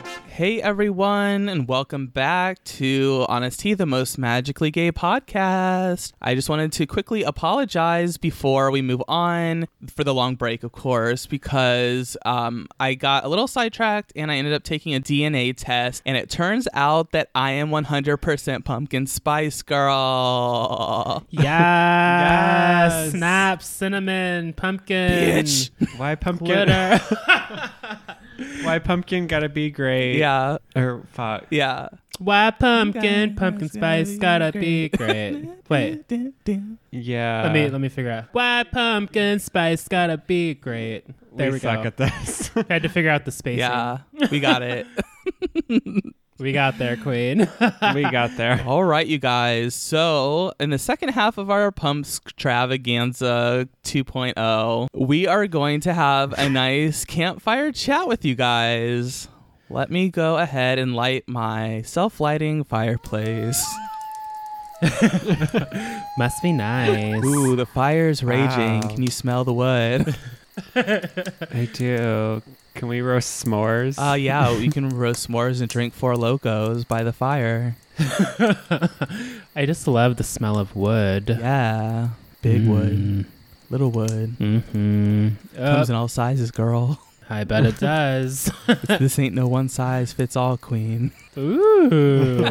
S2: Hey everyone, and welcome back to Honest Tea, the most magically gay podcast. I just wanted to quickly apologize before we move on for the long break, of course, because um, I got a little sidetracked and I ended up taking a DNA test, and it turns out that I am 100% pumpkin spice girl.
S1: Yes.
S3: Yes.
S1: Snap, cinnamon, pumpkin,
S2: Bitch.
S3: Why pumpkin?
S1: glitter.
S3: why pumpkin gotta be great?
S2: Yeah,
S3: Or fuck.
S2: yeah.
S1: Why pumpkin?
S2: Guys,
S1: Pumpkin
S2: gotta
S1: spice
S2: be
S1: gotta be great. Wait,
S3: Yeah.
S2: Uh,
S1: let me let me figure out. Why pumpkin spice gotta be great. There we,
S3: we,
S1: go.
S3: suck at this.
S1: I had to figure out the spacing.
S2: Yeah, we got it.
S1: We got there, Queen.
S3: we got there.
S2: All right, you guys. So, in the second half of our Pumps Travaganza 2.0, we are going to have a nice campfire chat with you guys. Let me go ahead and light my self lighting fireplace.
S1: Must be nice.
S2: Ooh, the fire's raging.
S3: Wow.
S2: Can you smell the wood?
S3: I do. Can we roast s'mores?
S2: Uh, yeah, we can roast s'mores and drink four locos by the fire.
S1: I just love the smell of wood. Mm.
S2: Yeah, big wood, little wood.
S1: Mm-hmm. Oh,
S2: Comes in all sizes, girl.
S1: I bet it does.
S2: this ain't no one size fits all queen.
S1: Ooh.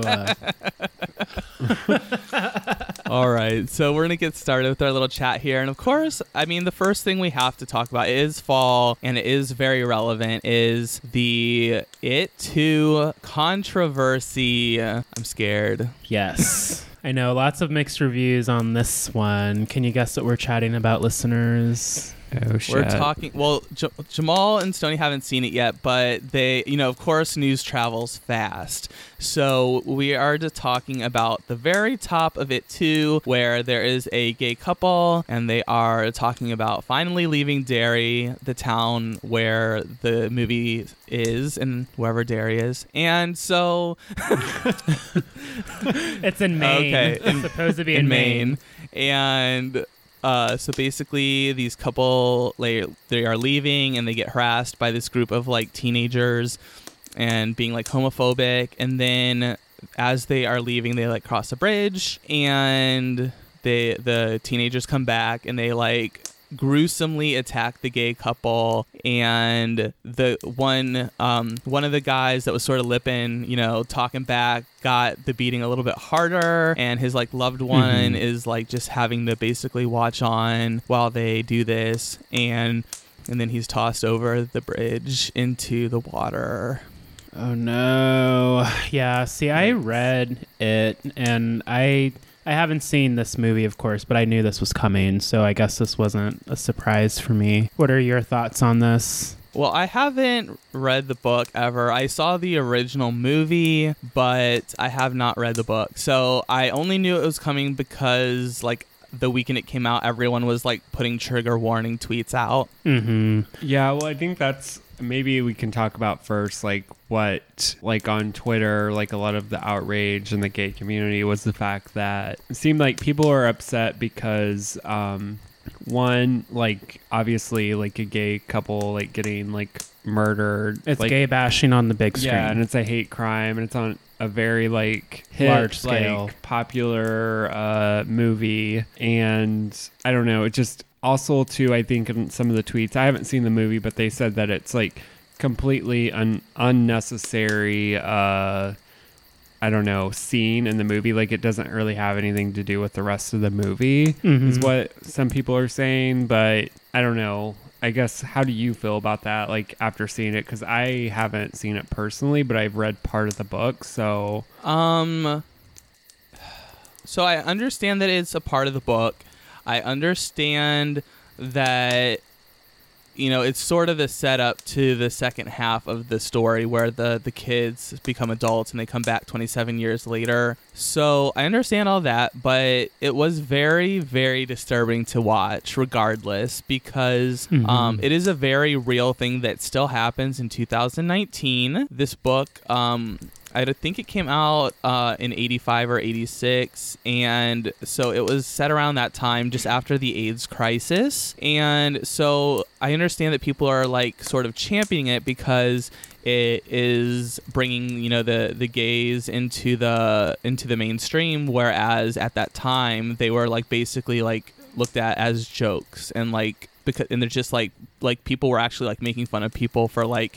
S2: All right, so we're gonna get started with our little chat here, and of course, I mean the first thing we have to talk about is fall, and it is very relevant. Is the it too controversy? I'm scared.
S1: yes. I know lots of mixed reviews on this one. Can you guess what we're chatting about, listeners?
S3: oh shit.
S2: We're talking. Well, J- Jamal and Stony haven't seen it yet, but they, you know, of course, news travels fast. So we are just talking about the very top of it too, where there is a gay couple, and they are talking about finally leaving Derry, the town where the movie is, and wherever Derry is. And so
S1: It's in Maine.
S2: Okay,
S1: It's supposed to be in,
S2: in Maine, and uh, so basically these couple they they are leaving and they get harassed by this group of like teenagers and being like homophobic and then as they are leaving they like cross a bridge and they the teenagers come back and they like gruesomely attack the gay couple and the one um one of the guys that was sort of lipping you know talking back got the beating a little bit harder and his like loved one is like just having to basically watch on while they do this and and then he's tossed over the bridge into the water
S1: Oh no. Yeah, see I read it and I I haven't seen this movie of course, but I knew this was coming, so I guess this wasn't a surprise for me. What are your thoughts on this?
S2: Well, I haven't read the book ever. I saw the original movie, but I have not read the book. So I only knew it was coming because, like, the weekend it came out, everyone was like putting trigger warning tweets out.
S3: Mm-hmm.
S1: Mhm.
S3: Yeah, well, I think that's maybe we can talk about first, like what, like on Twitter, like a lot of the outrage in the gay community was the fact that it seemed like people are upset because, um, one, like obviously, like a gay couple, like getting like murdered,
S1: It's
S3: like,
S1: gay bashing on the big screen.
S3: yeah, and it's a hate crime, and it's on a very like hip,
S1: Large scale.
S3: like, popular uh, movie, and I don't know. It just also too, I think in some of the tweets, I haven't seen the movie, but they said that it's like completely un- unnecessary. Uh, I don't know, scene in the movie. Like it doesn't really have anything to do with the rest of the movie, is
S1: Mhm.
S3: what some people are saying. But I don't know. I guess how do you feel about that? Like after seeing it, because I haven't seen it personally, but I've read part of the book. So
S2: Um, so I understand that it's a part of the book. I understand that you know it's sort of the setup to the second half of the story where the the kids become adults and they come back 27 years later. So I understand all that, but it was very very disturbing to watch regardless because
S1: Mhm.
S2: um it is a very real thing that still happens in 2019. This book um I think it came out uh, in 85 or 86. And so it was set around that time, just after the AIDS crisis. And so I understand that people are like sort of championing it because it is bringing you know the the gays into the into the mainstream whereas at that time they were like basically like looked at as jokes and like because and they're just like like people were actually like making fun of people for like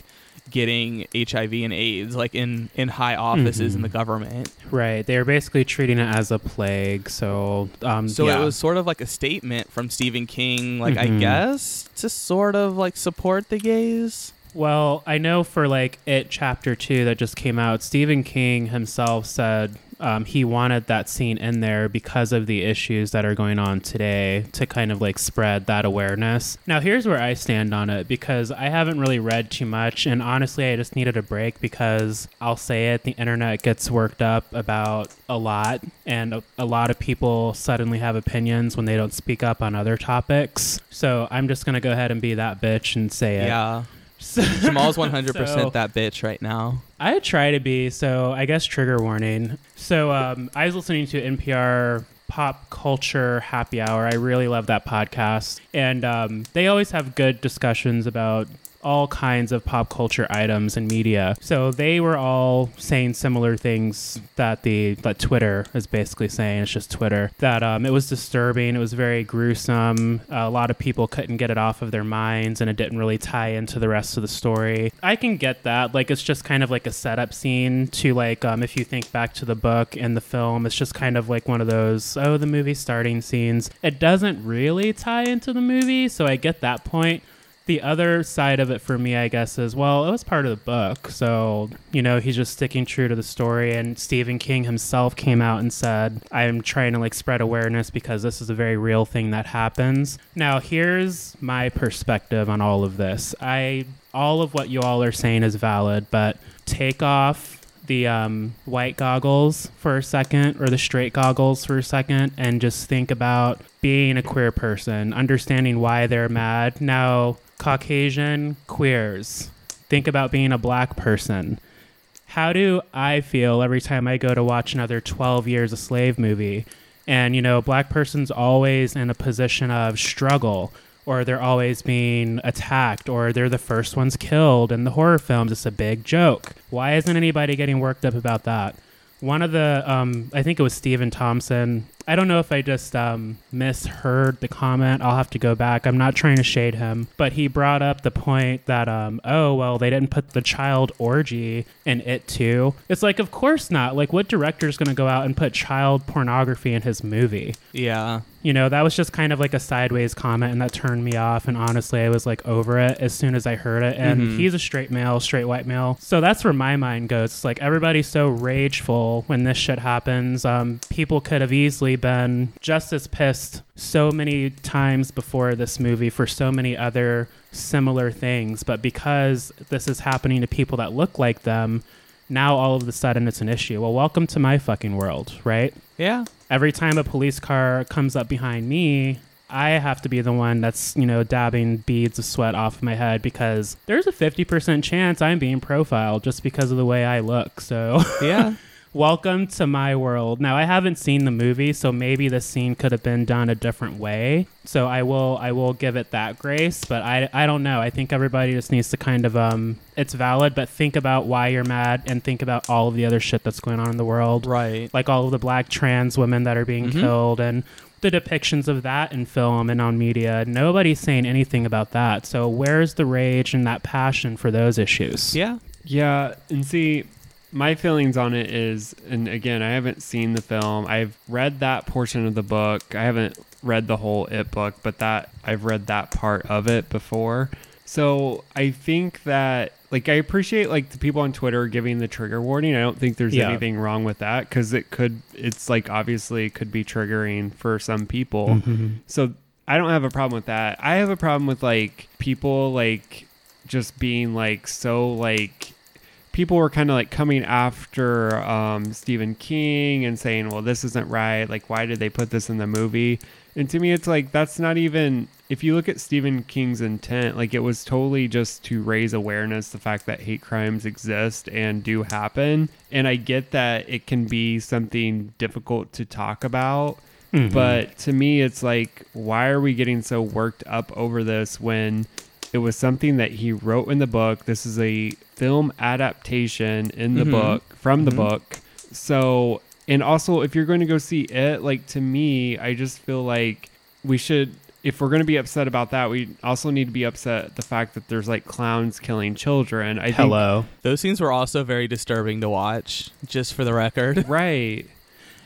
S2: getting HIV and AIDS like in in high offices in the government.
S1: Right. They were basically treating it as a plague. So, um,
S2: So
S1: yeah.
S2: it was sort of like a statement from Stephen King like I guess to sort of like support the gays.
S1: Well, I know for like it chapter two that just came out, Stephen King himself said um, he wanted that scene in there because of the issues that are going on today to kind of like spread that awareness. Now, here's where I stand on it because I haven't really read too much. And honestly, I just needed a break because I'll say it the internet gets worked up about a lot. And a, a lot of people suddenly have opinions when they don't speak up on other topics. So I'm just going to go ahead and be that bitch and say it.
S2: Yeah.
S1: So-
S2: Jamal's 100%
S1: So-
S2: that bitch right now.
S1: I try to be, so I guess trigger warning. So um, I was listening to NPR Pop Culture Happy Hour. I really love that podcast. And um, they always have good discussions about all kinds of pop culture items and media. So they were all saying similar things that the that Twitter is basically saying. It's just Twitter. That um, it was disturbing. It was very gruesome. a lot of people couldn't get it off of their minds, and it didn't really tie into the rest of the story. I can get that. Like it's just kind of like a setup scene to like um, if you think back to the book and the film, it's just kind of like one of those oh the movie starting scenes. It doesn't really tie into the movie, so I get that point the other side of it for me, I guess, is well, it was part of the book. So, you know, he's just sticking true to the story. And Stephen King himself came out and said, I'm trying to like spread awareness because this is a very real thing that happens. Now, here's my perspective on all of this. I, all of what you all are saying is valid, but take off the um, white goggles for a second or the straight goggles for a second and just think about being a queer person, understanding why they're mad. Now, Caucasian queers, think about being a black person. How do I feel every time I go to watch another 12 Years a Slave movie? And, you know, black person's always in a position of struggle or they're always being attacked or they're the first ones killed in the horror films. It's a big joke. Why isn't anybody getting worked up about that? One of the, um, I think it was Stephen Thompson. I don't know if I just um, misheard the comment. I'll have to go back. I'm not trying to shade him, but he brought up the point that, um, oh, well, they didn't put the child orgy in it too. It's like, of course not. Like, what director's going to go out and put child pornography in his movie?
S2: Yeah.
S1: you know, that was just kind of like a sideways comment and that turned me off. And honestly, I was like over it as soon as I heard it. And he's a straight male, straight white male. So that's where my mind goes. It's like everybody's so rageful when this shit happens. Um, people could have easily been just as pissed so many times before this movie for so many other similar things. But because this is happening to people that look like them, now all of a sudden it's an issue. Well, welcome to my fucking world, right?
S2: Yeah.
S1: every time a police car comes up behind me, I have to be the one that's, you know, dabbing beads of sweat off my head because there's a 50% chance I'm being profiled just because of the way I look. So,
S2: Yeah.
S1: welcome to my world. Now, I haven't seen the movie, so maybe this scene could have been done a different way. So, I will I will give it that grace, but I I don't know. I think everybody just needs to kind of um it's valid, but think about why you're mad and think about all of the other shit that's going on in the world
S2: right.
S1: like all of the black trans women that are being
S3: Mm-hmm.
S1: killed and the depictions of that in film and on media. Nobody's saying anything about that. So where's the rage and that passion for those issues?
S2: Yeah.
S3: Yeah, and see, my feelings on it is, and again, I haven't seen the film. I've read that portion of the book. I haven't read the whole It book, but that I've read that part of it before. So I think that, like, I appreciate like the people on Twitter giving the trigger warning. I don't think there's
S1: Yeah.
S3: anything wrong with that because it could, it's like obviously it could be triggering for some people.
S1: Mm-hmm.
S3: So I don't have a problem with that. I have a problem with like people like just being like so like people were kind of like coming after um, Stephen King and saying, "Well, this isn't right. Like, why did they put this in the movie?" And to me, it's like that's not even. If you look at Stephen King's intent, like it was totally just to raise awareness the fact that hate crimes exist and do happen. And I get that it can be something difficult to talk about,
S1: Mm-hmm.
S3: but to me, it's like why are we getting so worked up over this when it was something that he wrote in the book? This is a film adaptation in the
S1: Mm-hmm.
S2: Mhm.
S3: book from the book. So, and also, if you're going to go see it, like to me, I just feel like we should, if we're going to be upset about that, we also need to be upset at the fact that there's like clowns killing children. I
S1: Hello.
S2: Those scenes were also very disturbing to watch, just for the record.
S3: think, right.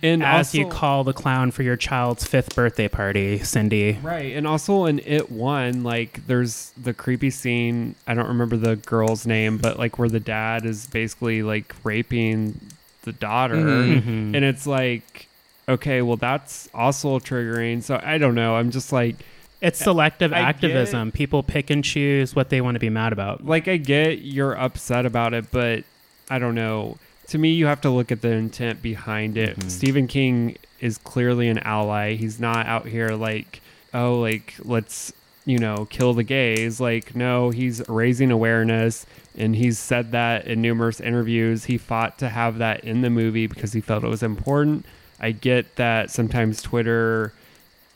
S3: And
S1: As
S3: also,
S1: you call the clown for your child's fifth birthday party, Cindy.
S3: Right, and also in it one, like there's the creepy scene. I don't remember the girl's name, but like where the dad is basically like raping the daughter,
S2: Mhm.
S1: Mhm.
S3: and it's like, okay, well that's also triggering. So I don't know. I'm just like,
S1: It's selective
S3: I get-
S1: activism. People pick and choose what they want to be mad about.
S3: like I get you're upset about it, but I don't know. To me, you have to look at the intent behind it.
S1: Mhm.
S3: Stephen King is clearly an ally. He's not out here like, oh, like let's you know kill the gays. Like no, he's raising awareness, and he's said that in numerous interviews. He fought to have that in the movie because he felt it was important. I get that sometimes Twitter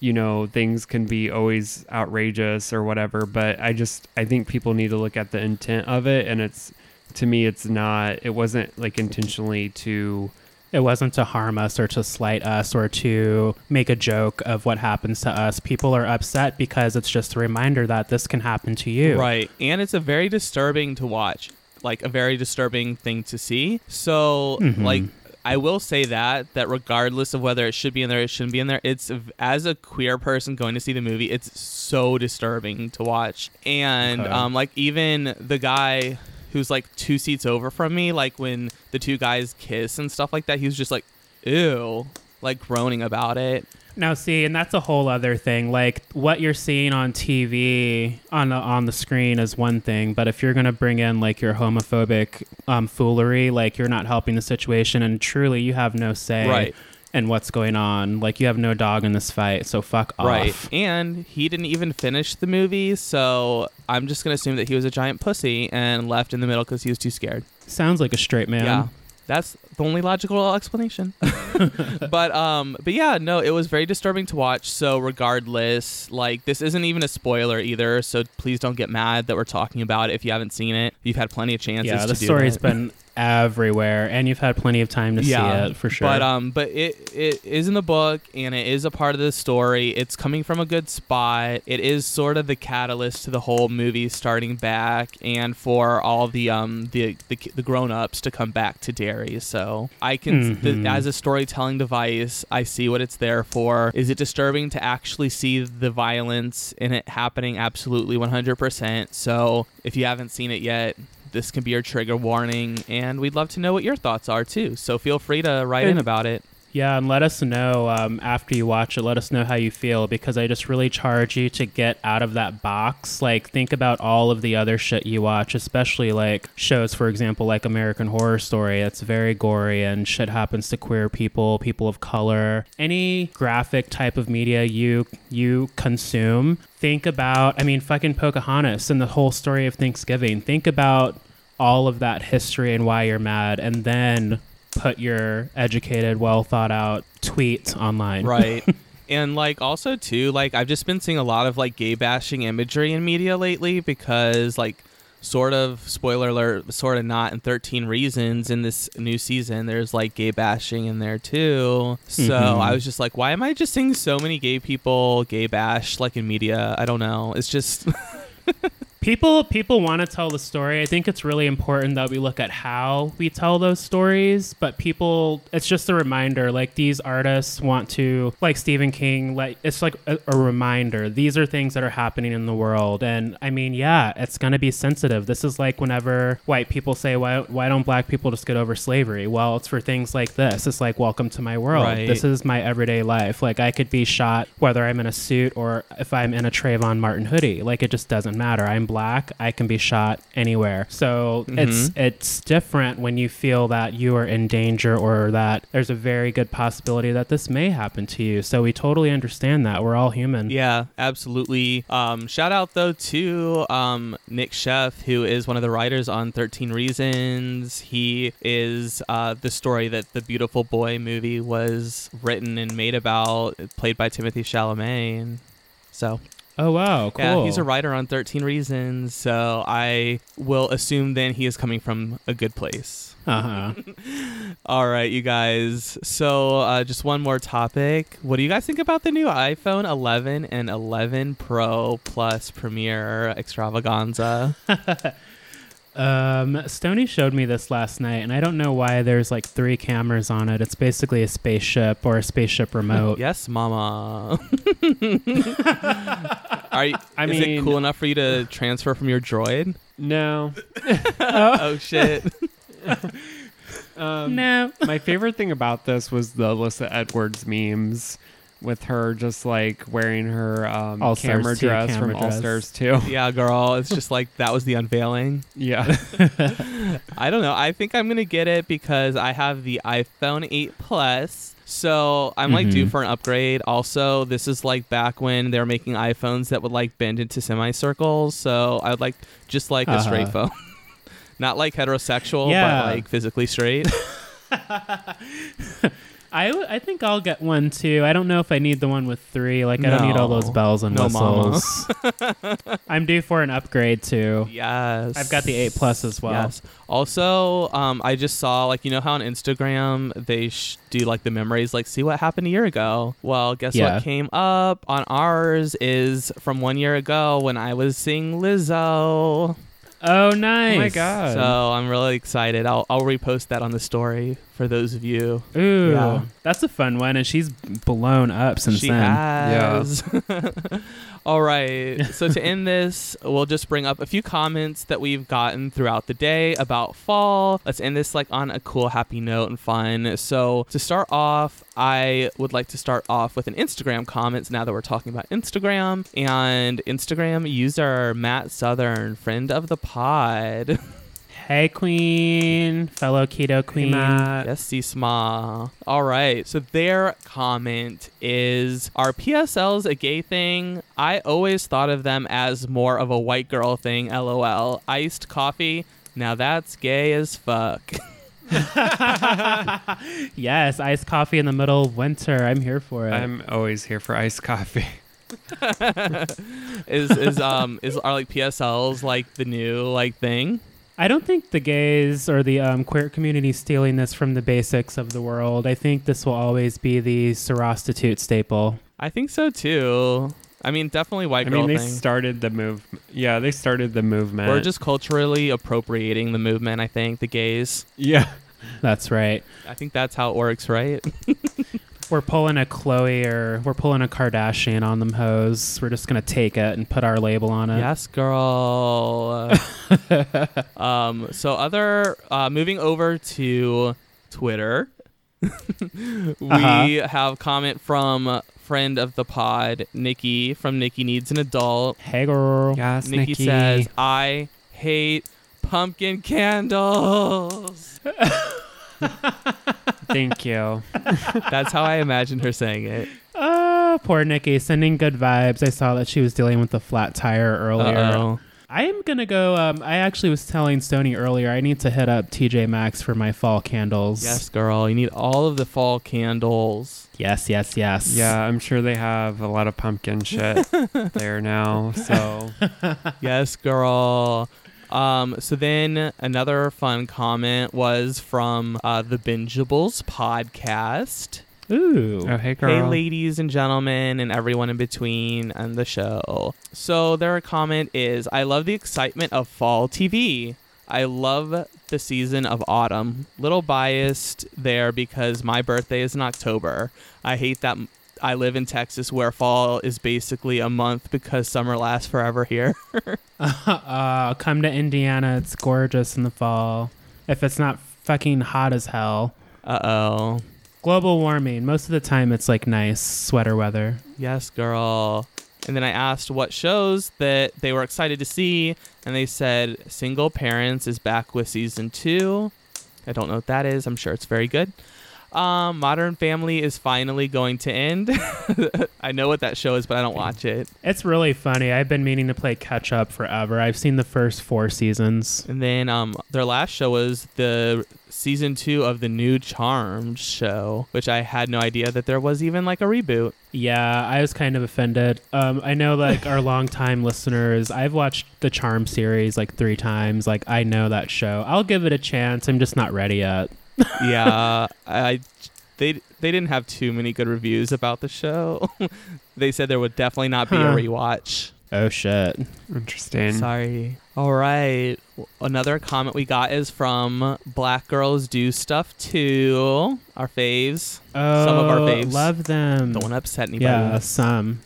S3: you know things can be always outrageous or whatever but i just i think people need to look at the intent of it and it's to me it's not it wasn't like intentionally to
S1: It wasn't to harm us or to slight us or to make a joke of what happens to us. People are upset because it's just a reminder that this can happen to you.
S2: Right. And it's a very disturbing to watch, like a very disturbing thing to see. So,
S1: Mhm.
S2: like, I will say that that regardless of whether it should be in there, it shouldn't be in there. It's as a queer person going to see the movie, it's so disturbing to watch. And
S1: Okay.
S2: um, like even the guy who's like two seats over from me, like when the two guys kiss and stuff like that, he was just like, "Ew," like groaning about it.
S1: Now, see, and that's a whole other thing. Like what you're seeing on TV on the, on the screen is one thing, but if you're gonna bring in like your homophobic um, foolery, like you're not helping the situation, and truly you have no say
S2: Right.
S1: in what's going on. Like you have no dog in this fight, so fuck off.
S2: Right. And he didn't even finish the movie, so I'm just going to assume that he was a giant pussy and left in the middle because he was too scared.
S1: Sounds like a straight man.
S2: Yeah. That's the only logical explanation. but um but yeah, no, it was very disturbing to watch. So regardless, like this isn't even a spoiler either, so please don't get mad that we're talking about it if you haven't seen it. You've had plenty of chances
S1: yeah,
S2: to
S1: the
S2: do
S1: story's
S2: that.
S1: been everywhere, and you've had plenty of time to
S2: Yeah,
S1: see it for sure.
S2: But um, but it it is in the book and it is a part of the story. It's coming from a good spot. It is sort of the catalyst to the whole movie starting back and for all the um the the, the grown ups to come back to Derry. So I can
S1: Mhm.
S2: the, as a storytelling device, I see what it's there for. Is it disturbing to actually see the violence in it happening? Absolutely, one hundred percent. So if you haven't seen it yet, this can be your trigger warning, and we'd love to know what your thoughts are too. So feel free to write in
S1: And-
S2: about it.
S1: Yeah, and let us know um, after you watch it. Let us know how you feel because I just really charge you to get out of that box. Like, think about all of the other shit you watch, especially like shows, for example, like American Horror Story. It's very gory and shit happens to queer people, people of color, any graphic type of media you you consume. Think about, I mean, fucking Pocahontas and the whole story of Thanksgiving. Think about all of that history and why you're mad, and then put your educated, well thought out tweet online.
S2: Right. and like also too, like I've just been seeing a lot of like gay bashing imagery in media lately because like sort of spoiler alert, sort of not in 13 reasons in this new season there's like gay bashing in there too. So
S1: Mhm.
S2: I was just like why am I just seeing so many gay people gay bash like in media? I don't know. It's just
S1: People people want to tell the story. I think it's really important that we look at how we tell those stories, but people it's just a reminder like these artists want to like Stephen King like it's like a, a reminder. These are things that are happening in the world and I mean, yeah, it's going to be sensitive. This is like whenever white people say why why don't black people just get over slavery? Well, it's for things like this. It's like welcome to my world.
S2: Right.
S1: This is my everyday life. Like I could be shot whether I'm in a suit or if I'm in a Trayvon Martin hoodie. Like it just doesn't matter. I'm black, I can be shot anywhere. So
S2: Mm-hmm.
S1: it's it's different when you feel that you are in danger or that there's a very good possibility that this may happen to you. So we totally understand that. We're all human.
S2: Yeah, absolutely. Um, shout out though to um, Nick Sheff, who is one of the writers on Thirteen Reasons. He is uh, the story that the Beautiful Boy movie was written and made about, played by Timothy Chalamet. And so
S1: Oh wow, cool.
S2: yeah, he's a writer on Thirteen Reasons. So I will assume then he is coming from a good place.
S1: Uh-huh.
S2: All right, you guys. So, uh, just one more topic. What do you guys think about the new iPhone 11 and 11 Pro Plus Premiere extravaganza?
S1: Um, Stony showed me this last night, and I don't know why there's like three cameras on it. It's basically a spaceship or a spaceship remote.
S2: yes, Mama. Are you,
S3: I
S2: is it
S3: mean-
S2: cool enough for you to transfer from your Droid?
S3: No.
S2: Oh shit!
S3: Um,
S1: No.
S3: my favorite thing about this was the Alyssa Edwards memes with her just like wearing her um,
S1: All Stars
S3: camera
S1: 2
S3: dress
S1: camera
S3: from All
S1: dress.
S3: Stars 2.
S2: yeah, girl. It's just like that was the unveiling.
S3: yeah.
S2: I don't know. I think I'm gonna get it because I have the iPhone 8 Plus. So I'm like due
S1: Mhm.
S2: for an upgrade. Also, this is like back when they were making iPhones that would like bend into semicircles. So I would like just like a straight phone, not like heterosexual,
S1: Yeah.
S2: but like physically straight.
S1: I, w- I think I'll get one too. I don't know if I need the one with three. Like, I don't need all those
S2: No.
S1: bells and
S2: No, mama.
S1: whistles. I'm due for an upgrade too.
S2: yes,
S1: I've got the 8 Plus as well.
S2: Yes. Also, um, I just saw like you know how on Instagram they sh- do like the memories, like see what happened a year ago. Well, guess
S1: Yeah.
S2: what came up on ours is from one year ago when I was seeing Lizzo.
S1: Oh, nice.
S3: Oh my god.
S2: So I'm really excited. I'll I'll repost that on the story for those of you.
S1: Ooh,
S2: Yeah.
S1: that's a fun one, and she's blown up since
S2: she
S1: then.
S2: has. All right. So to end this, we'll just bring up a few comments that we've gotten throughout the day about fall. Let's end this like on a cool, happy note and fun. So to start off, I would like to start off with an Instagram comments. Now that we're talking about Instagram and Instagram user Matt Southern, friend of the pod.
S1: hey, Queen, fellow keto queen.
S2: Yes, see, Sma. All right. So their comment is Are PSLs a gay thing? I always thought of them as more of a white girl thing, lol. Iced coffee. Now that's gay as fuck.
S1: Yes, iced coffee in the middle of winter. I'm here for it.
S3: I'm always here for iced coffee.
S2: is is um is are like PSLs like the new like thing?
S1: I don't think the gays or the um, queer community stealing this from the basics of the world. I think this will always be the prostitute staple.
S2: I think so too. I mean, definitely white
S3: I
S2: girl
S3: mean, they
S2: thing.
S3: started the move. Yeah, they started the movement.
S2: We're just culturally appropriating the movement. I think the gays.
S3: yeah.
S1: That's right.
S2: I think that's how it works, right?
S1: We're pulling a Chloe or we're pulling a Kardashian on them hoes. We're just gonna take it and put our label on it.
S2: Yes, girl. um, so other uh, moving over to Twitter, we
S1: Uh-huh.
S2: have comment from friend of the pod, Nikki from Nikki Needs an Adult.
S1: Hey girl.
S3: Yes,
S2: Nikki, says, "I hate pumpkin candles."
S3: Thank you.
S2: That's how I imagined her saying it.
S1: Oh, poor Nikki, sending good vibes. I saw that she was dealing with a flat tire earlier.
S2: Uh-oh.
S1: I am gonna go. Um, I actually was telling Stony earlier. I need to hit up TJ Maxx for my fall candles.
S2: Yes, girl. You need all of the fall candles.
S1: Yes. Yes. Yes.
S3: Yeah, I'm sure they have a lot of pumpkin shit there now. So
S2: Oh, yes, girl. Um, so then another fun comment was from uh, the Bingeables podcast.
S1: Ooh.
S3: Oh, hey, girl.
S2: Hey, ladies and gentlemen, and everyone in between, and the show. So, their comment is I love the excitement of fall TV. I love the season of autumn. Little biased there because my birthday is in October. I hate that m- I live in Texas where fall is basically a month because summer lasts forever here.
S1: Uh, come to Indiana. It's gorgeous in the fall. If it's not fucking hot as hell.
S2: Uh oh.
S1: Global warming. Most of the time, it's like nice sweater weather.
S2: Yes, girl. And then I asked what shows that they were excited to see, and they said Single Parents is back with season two. I don't know what that is. I'm sure it's very good. Um, Modern Family is finally going to end. I know what that show is, but I don't watch it.
S1: It's really funny. I've been meaning to play catch up forever. I've seen the first four seasons.
S2: And then um, their last show was the season two of the new Charmed show, which I had no idea that there was even like a reboot.
S1: Yeah, I was kind of offended. Um, I know, like our longtime listeners, I've watched the Charm series like three times. Like I know that show. I'll give it a chance. I'm just not ready yet.
S2: yeah, I they they didn't have too many good reviews about the show. they said there would definitely not be
S1: Huh.
S2: a rewatch.
S1: Oh shit.
S3: Interesting.
S2: Sorry. All right. W- Another comment we got is from Black Girls Do Stuff Too. Our faves.
S1: Oh,
S2: of our faves.
S1: Love them.
S2: Don't want to upset anybody.
S1: Hmm. yeah, some.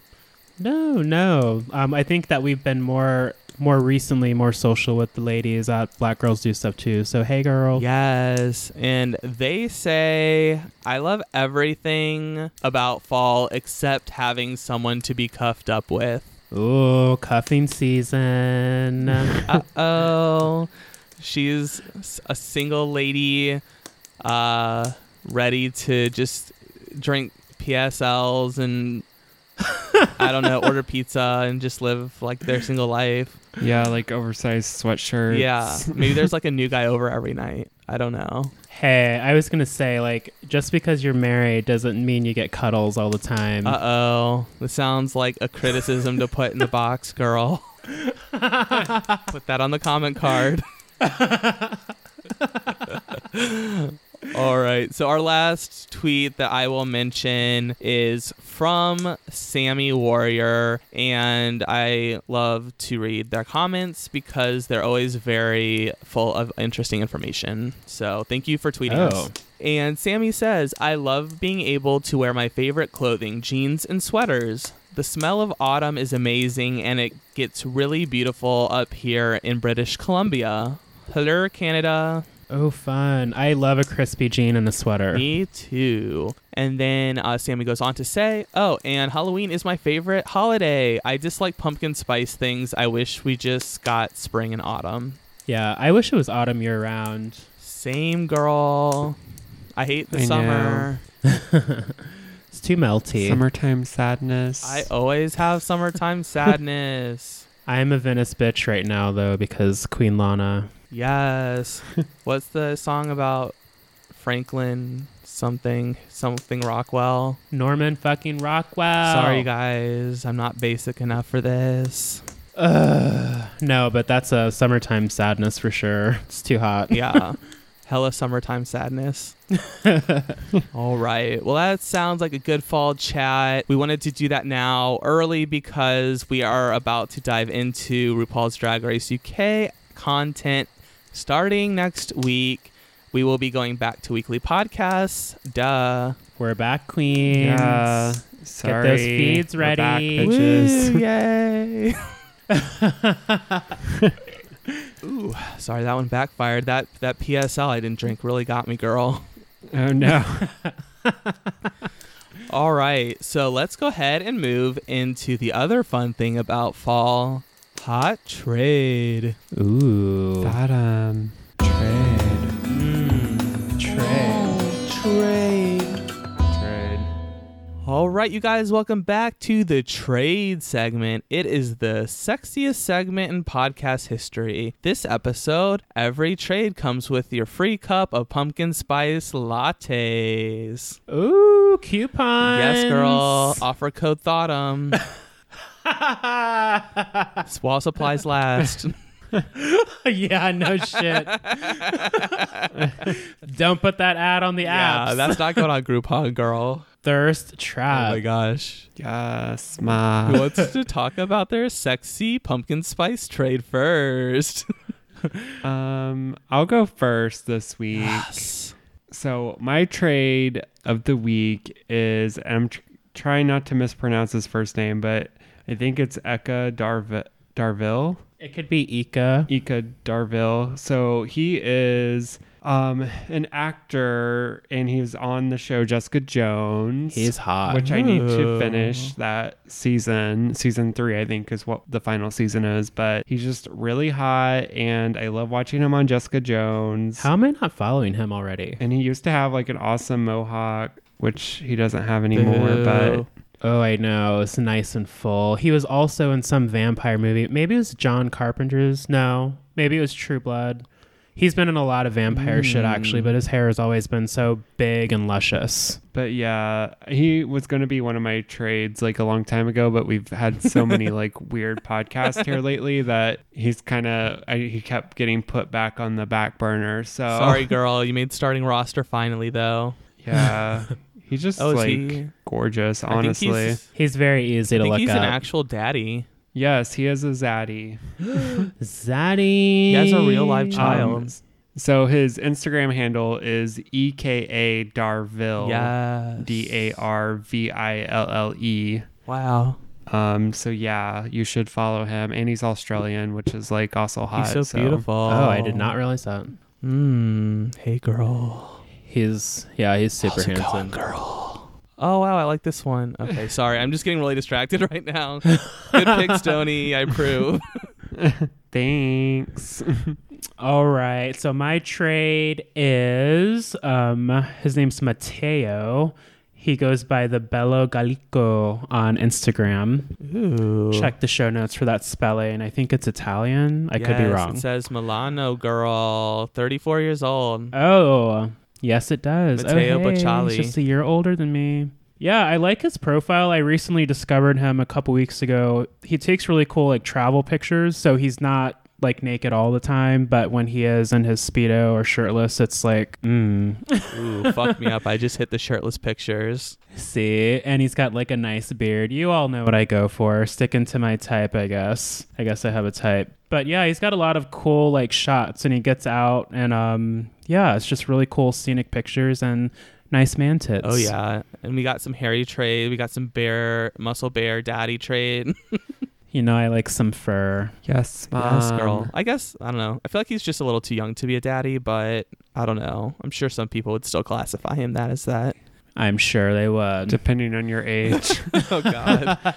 S1: No, no. Um, I think that we've been more more recently more social with the ladies at Black Girls Do Stuff too. So hey, girl.
S2: Yes. And they say, I love everything about fall except having someone to be cuffed up with.
S1: Ooh, cuffing season.
S2: Uh oh. She's s- a single lady uh, ready to just drink PSLs and I don't know, order pizza and just live like their single life.
S3: Yeah, like oversized sweatshirts.
S2: Yeah. Maybe there's like a new guy over every night. I don't know.
S1: hey, I was gonna say like just because you're married doesn't mean you get cuddles all the time.
S2: Uh oh. This sounds like a criticism to put in the box, girl. put that on the comment card. All right. So, our last tweet that I will mention is from Sammy Warrior. And I love to read their comments because they're always very full of interesting information. So, thank you for tweeting us.
S1: Oh.
S2: And Sammy says, I love being able to wear my favorite clothing, jeans and sweaters. The smell of autumn is amazing and it gets really beautiful up here in British Columbia. Hello, Canada.
S1: oh, fun. I love a crispy jean and a sweater.
S2: Me too. And then uh, Sammy goes on to say, Oh, and Halloween is my favorite holiday. I dislike pumpkin spice things. I wish we just got spring and autumn.
S1: Yeah, I wish it was autumn year round.
S2: Same girl. I hate the
S3: I know.
S2: summer.
S1: It's too melty.
S3: Summertime sadness.
S2: I always have summertime sadness.
S1: I'm a Venice bitch right now though because Queen Lana.
S2: Yes. What's the song about Franklin something something Rockwell?
S1: Norman fucking Rockwell.
S3: Oh.
S2: Sorry guys, I'm not basic enough for this.
S1: Ugh. no, but that's a summertime sadness for sure. It's too hot.
S2: Yeah. Hella summertime sadness. All right. Well, that sounds like a good fall chat. We wanted to do that now early because we are about to dive into RuPaul's Drag Race UK content starting next week. We will be going back to weekly podcasts. Duh.
S1: We're back, queen.
S3: Yeah.
S1: Get
S3: Sorry.
S1: those feeds
S3: We're back,
S1: ready.
S3: bitches.
S2: Woo, yay. Ooh, sorry that one backfired. That that PSL I didn't drink really got me, girl.
S3: Oh no.
S2: All right, so let's go ahead and move into the other fun thing about fall hot trade.
S1: Ooh.
S3: Bottom. Trade.
S2: Mm, trade.
S3: Trade.
S2: All right, you guys, welcome back to the trade segment. It is the sexiest segment in podcast history. This episode, every trade comes with your free cup of pumpkin spice lattes.
S1: Ooh, coupons.
S2: Yes, girl. Offer code Thoughtum. While supplies last.
S1: yeah, no shit. Don't put that ad on the
S2: Yeah,
S1: apps.
S2: that's not going on Groupon, girl.
S1: Thirst
S2: oh
S1: trap.
S2: my gosh.
S3: Yes, ma.
S2: Who wants to talk about their sexy pumpkin spice trade first?
S3: Um, I'll go first this week. So my trade of the week is and I'm tr- trying not to mispronounce his first name, but I think it's Eka Darv- Darville.
S1: it could be Ika.
S3: Eka Darville. So he is um, an actor, and he was on the show Jessica Jones.
S1: He's hot. Hmm.
S3: which I need to finish that season. Season three, I think, is what the final season is. But he's just really hot, and I love watching him on Jessica Jones.
S1: How am I not following him already?
S3: And he used to have like an awesome mohawk, which he doesn't have anymore. But
S2: Boo.
S1: Oh, I know. It's nice and full. He was also in some vampire movie. Maybe it was John Carpenter's. No, maybe it was True Blood. He's been in a lot of vampire shit actually,
S2: Hmm.
S1: but his hair has always been so big and luscious.
S3: but yeah, he was going to be one of my trades like a long time ago. But we've had so many like weird podcasts here lately that he's kind of he kept getting put back on the back burner. So
S1: oh.
S2: Sorry, girl. You made starting roster finally, though.
S3: yeah. He's just
S2: Oh, is
S3: like
S2: he-
S3: gorgeous,
S2: I
S3: honestly.
S2: think he's,
S1: He's very easy
S2: I
S1: to
S2: think
S1: look
S2: he's
S1: up.
S2: an actual daddy.
S3: Yes, he is a zaddy.
S1: Zaddy.
S2: He has a real live child.
S3: Um, so his Instagram handle is EKA
S1: Oh.
S3: Darville.
S2: yes.
S3: D A R V I L L E.
S2: Wow.
S3: Um, so yeah, you should follow him. And he's Australian, which is like also hot.
S2: He's so, beautiful.
S1: Oh, I did not realize that.
S2: Mm, hey, girl.
S1: He's yeah, he's super
S2: How's it
S1: handsome.
S2: going, girl? Oh wow, I like this one. Okay, sorry, I'm just getting really distracted right now. Good picks, Tony. I approve.
S3: Thanks.
S1: All right. So my trade is um his name's Mateo. He goes by the Bello Gallico on Instagram.
S2: Ooh.
S1: Check the show notes for that spelling. I think it's Italian. I could be
S2: It
S1: wrong.
S2: says Milano girl, 34 years old.
S1: Oh, yes, it does.
S2: Matteo
S1: oh, hey,
S2: Bocelli.
S1: He's just a year older than me. Yeah, I like his profile. I recently discovered him a couple weeks ago. He takes really cool like travel pictures, so he's not like naked all the time, but when he is in his speedo or shirtless, it's like, mm,
S2: Ooh, fuck me up. I just hit the shirtless pictures.
S1: see. And he's got like a nice beard. You all know what I go for. Sticking to my type, I guess. I guess I have a type. But yeah, he's got a lot of cool like shots, and he gets out, and um, yeah, it's just really cool scenic pictures and nice man tits.
S2: Oh yeah, and we got some hairy trade. We got some bear muscle bear daddy trade.
S1: You know, I like some fur.
S3: yes, mom.
S2: Yes, girl. I guess I don't know. I feel like he's just a little too young to be a daddy, but I don't know. I'm sure some people would still classify him that as that.
S1: I'm sure they would.
S3: Depending on your age.
S2: oh God,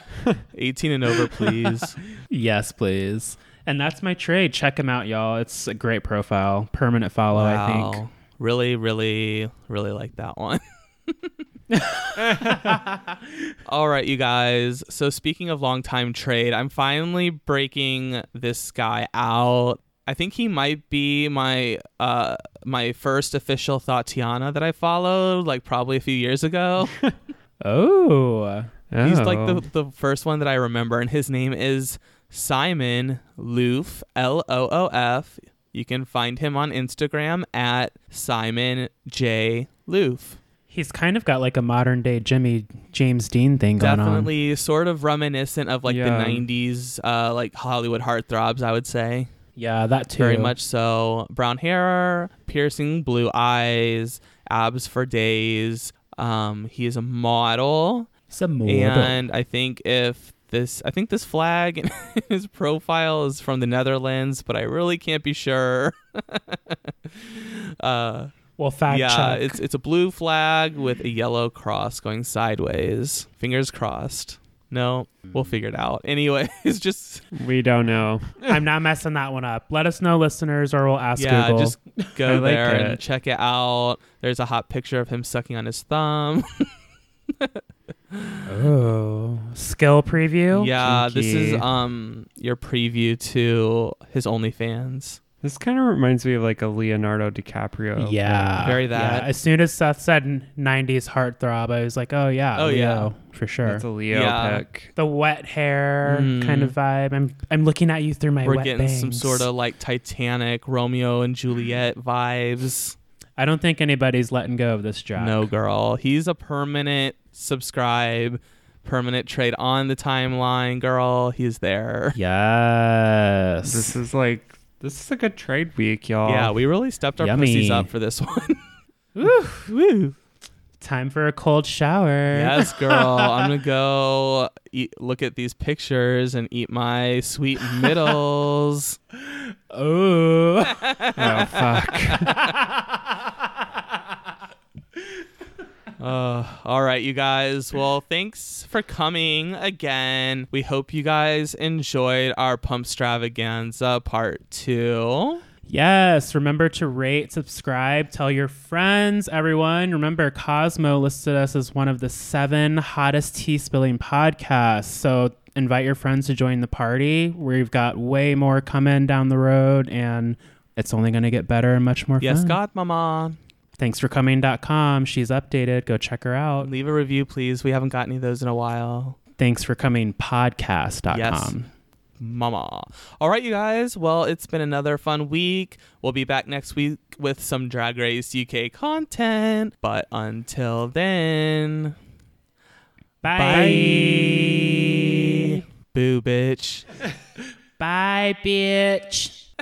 S2: 18 and over, please.
S1: yes, please. And that's my trade. Check him out, y'all. It's a great profile. Permanent follow, I think.
S2: Wow. Really, really, really like that one. All right, you guys. So speaking of long time trade, I'm finally breaking this guy out. I think he might be my uh my first official Thotiana that I followed, like probably a few years ago.
S1: Oh.
S2: He's like
S3: Oh.
S2: the, the first one that I remember, and his name is Simon Loof, L O O F. You can find him on Instagram at Simon J Loof.
S1: He's kind of got like a modern day Jimmy James Dean thing going on.
S2: Definitely sort of reminiscent of like
S3: Yeah.
S2: the 90s, uh, like Hollywood heartthrobs, I would say.
S1: Yeah, that too.
S2: Very much so. Brown hair, piercing blue eyes, abs for days. Um, he is a model.
S1: Some more.
S2: And I think if this, I think this flag in his profile is from the Netherlands, but I really can't be sure. uh,
S1: well, fact
S2: yeah,
S1: check.
S2: it's it's a blue flag with a yellow cross going sideways. Fingers crossed. No, we'll figure it out. Anyway, it's just
S3: we don't know.
S1: I'm not messing that one up. Let us know, listeners, or we'll ask
S2: yeah,
S1: Google.
S2: just
S3: I
S2: go
S3: like
S2: there and
S3: it.
S2: check it out. There's a hot picture of him sucking on his thumb.
S1: Oh. Skill preview?
S2: yeah, this is
S3: Kinky.
S2: um your preview to his OnlyFans.
S3: This kind of reminds me of like a Leonardo DiCaprio.
S1: Yeah.
S2: Very
S1: Yeah.
S2: that.
S1: As soon as Seth said 90s heartthrob, I was like, oh, yeah.
S2: Oh, yeah.
S1: Leo, For sure.
S3: That's a Leo
S2: Yeah.
S3: pick.
S1: the wet hair
S2: Mm.
S1: kind of vibe. I'm I'm looking at you through my
S2: we're
S1: wet
S2: getting some
S1: bangs.
S2: sort of like Titanic Romeo and Juliet vibes.
S1: I don't think anybody's letting go of this job.
S2: No, girl, he's a permanent subscribe, permanent trade on the timeline, girl. He's there.
S1: Yes.
S3: This is like this is a good trade week, y'all.
S2: Yeah, we really stepped our
S1: Yummy.
S2: pussies up for this one.
S1: Woo. time for a cold shower.
S2: Yes, girl. I'm gonna go eat, look at these pictures and eat my sweet middles.
S1: Oh.
S3: Oh fuck.
S2: Uh, all right, you guys. Well, thanks for coming again. We hope you guys enjoyed our Pump Stravaganza Part Two.
S1: Yes, remember to rate, subscribe, tell your friends, everyone. Remember, Cosmo listed us as one of the seven hottest tea spilling podcasts. So invite your friends to join the party. We've got way more coming down the road, and it's only going to get better and much more
S2: Yes,
S1: fun.
S2: Godmama.
S1: Thanks for coming.com. She's updated. Go check her out.
S2: Leave a review, please. We haven't gotten any of those in a while.
S1: Thanks for coming podcast.com.
S2: Yes. mama. All right, you guys. Well, it's been another fun week. We'll be back next week with some Drag Race UK content. But until then,
S1: Bye.
S2: boo, bitch.
S1: Bye, bitch.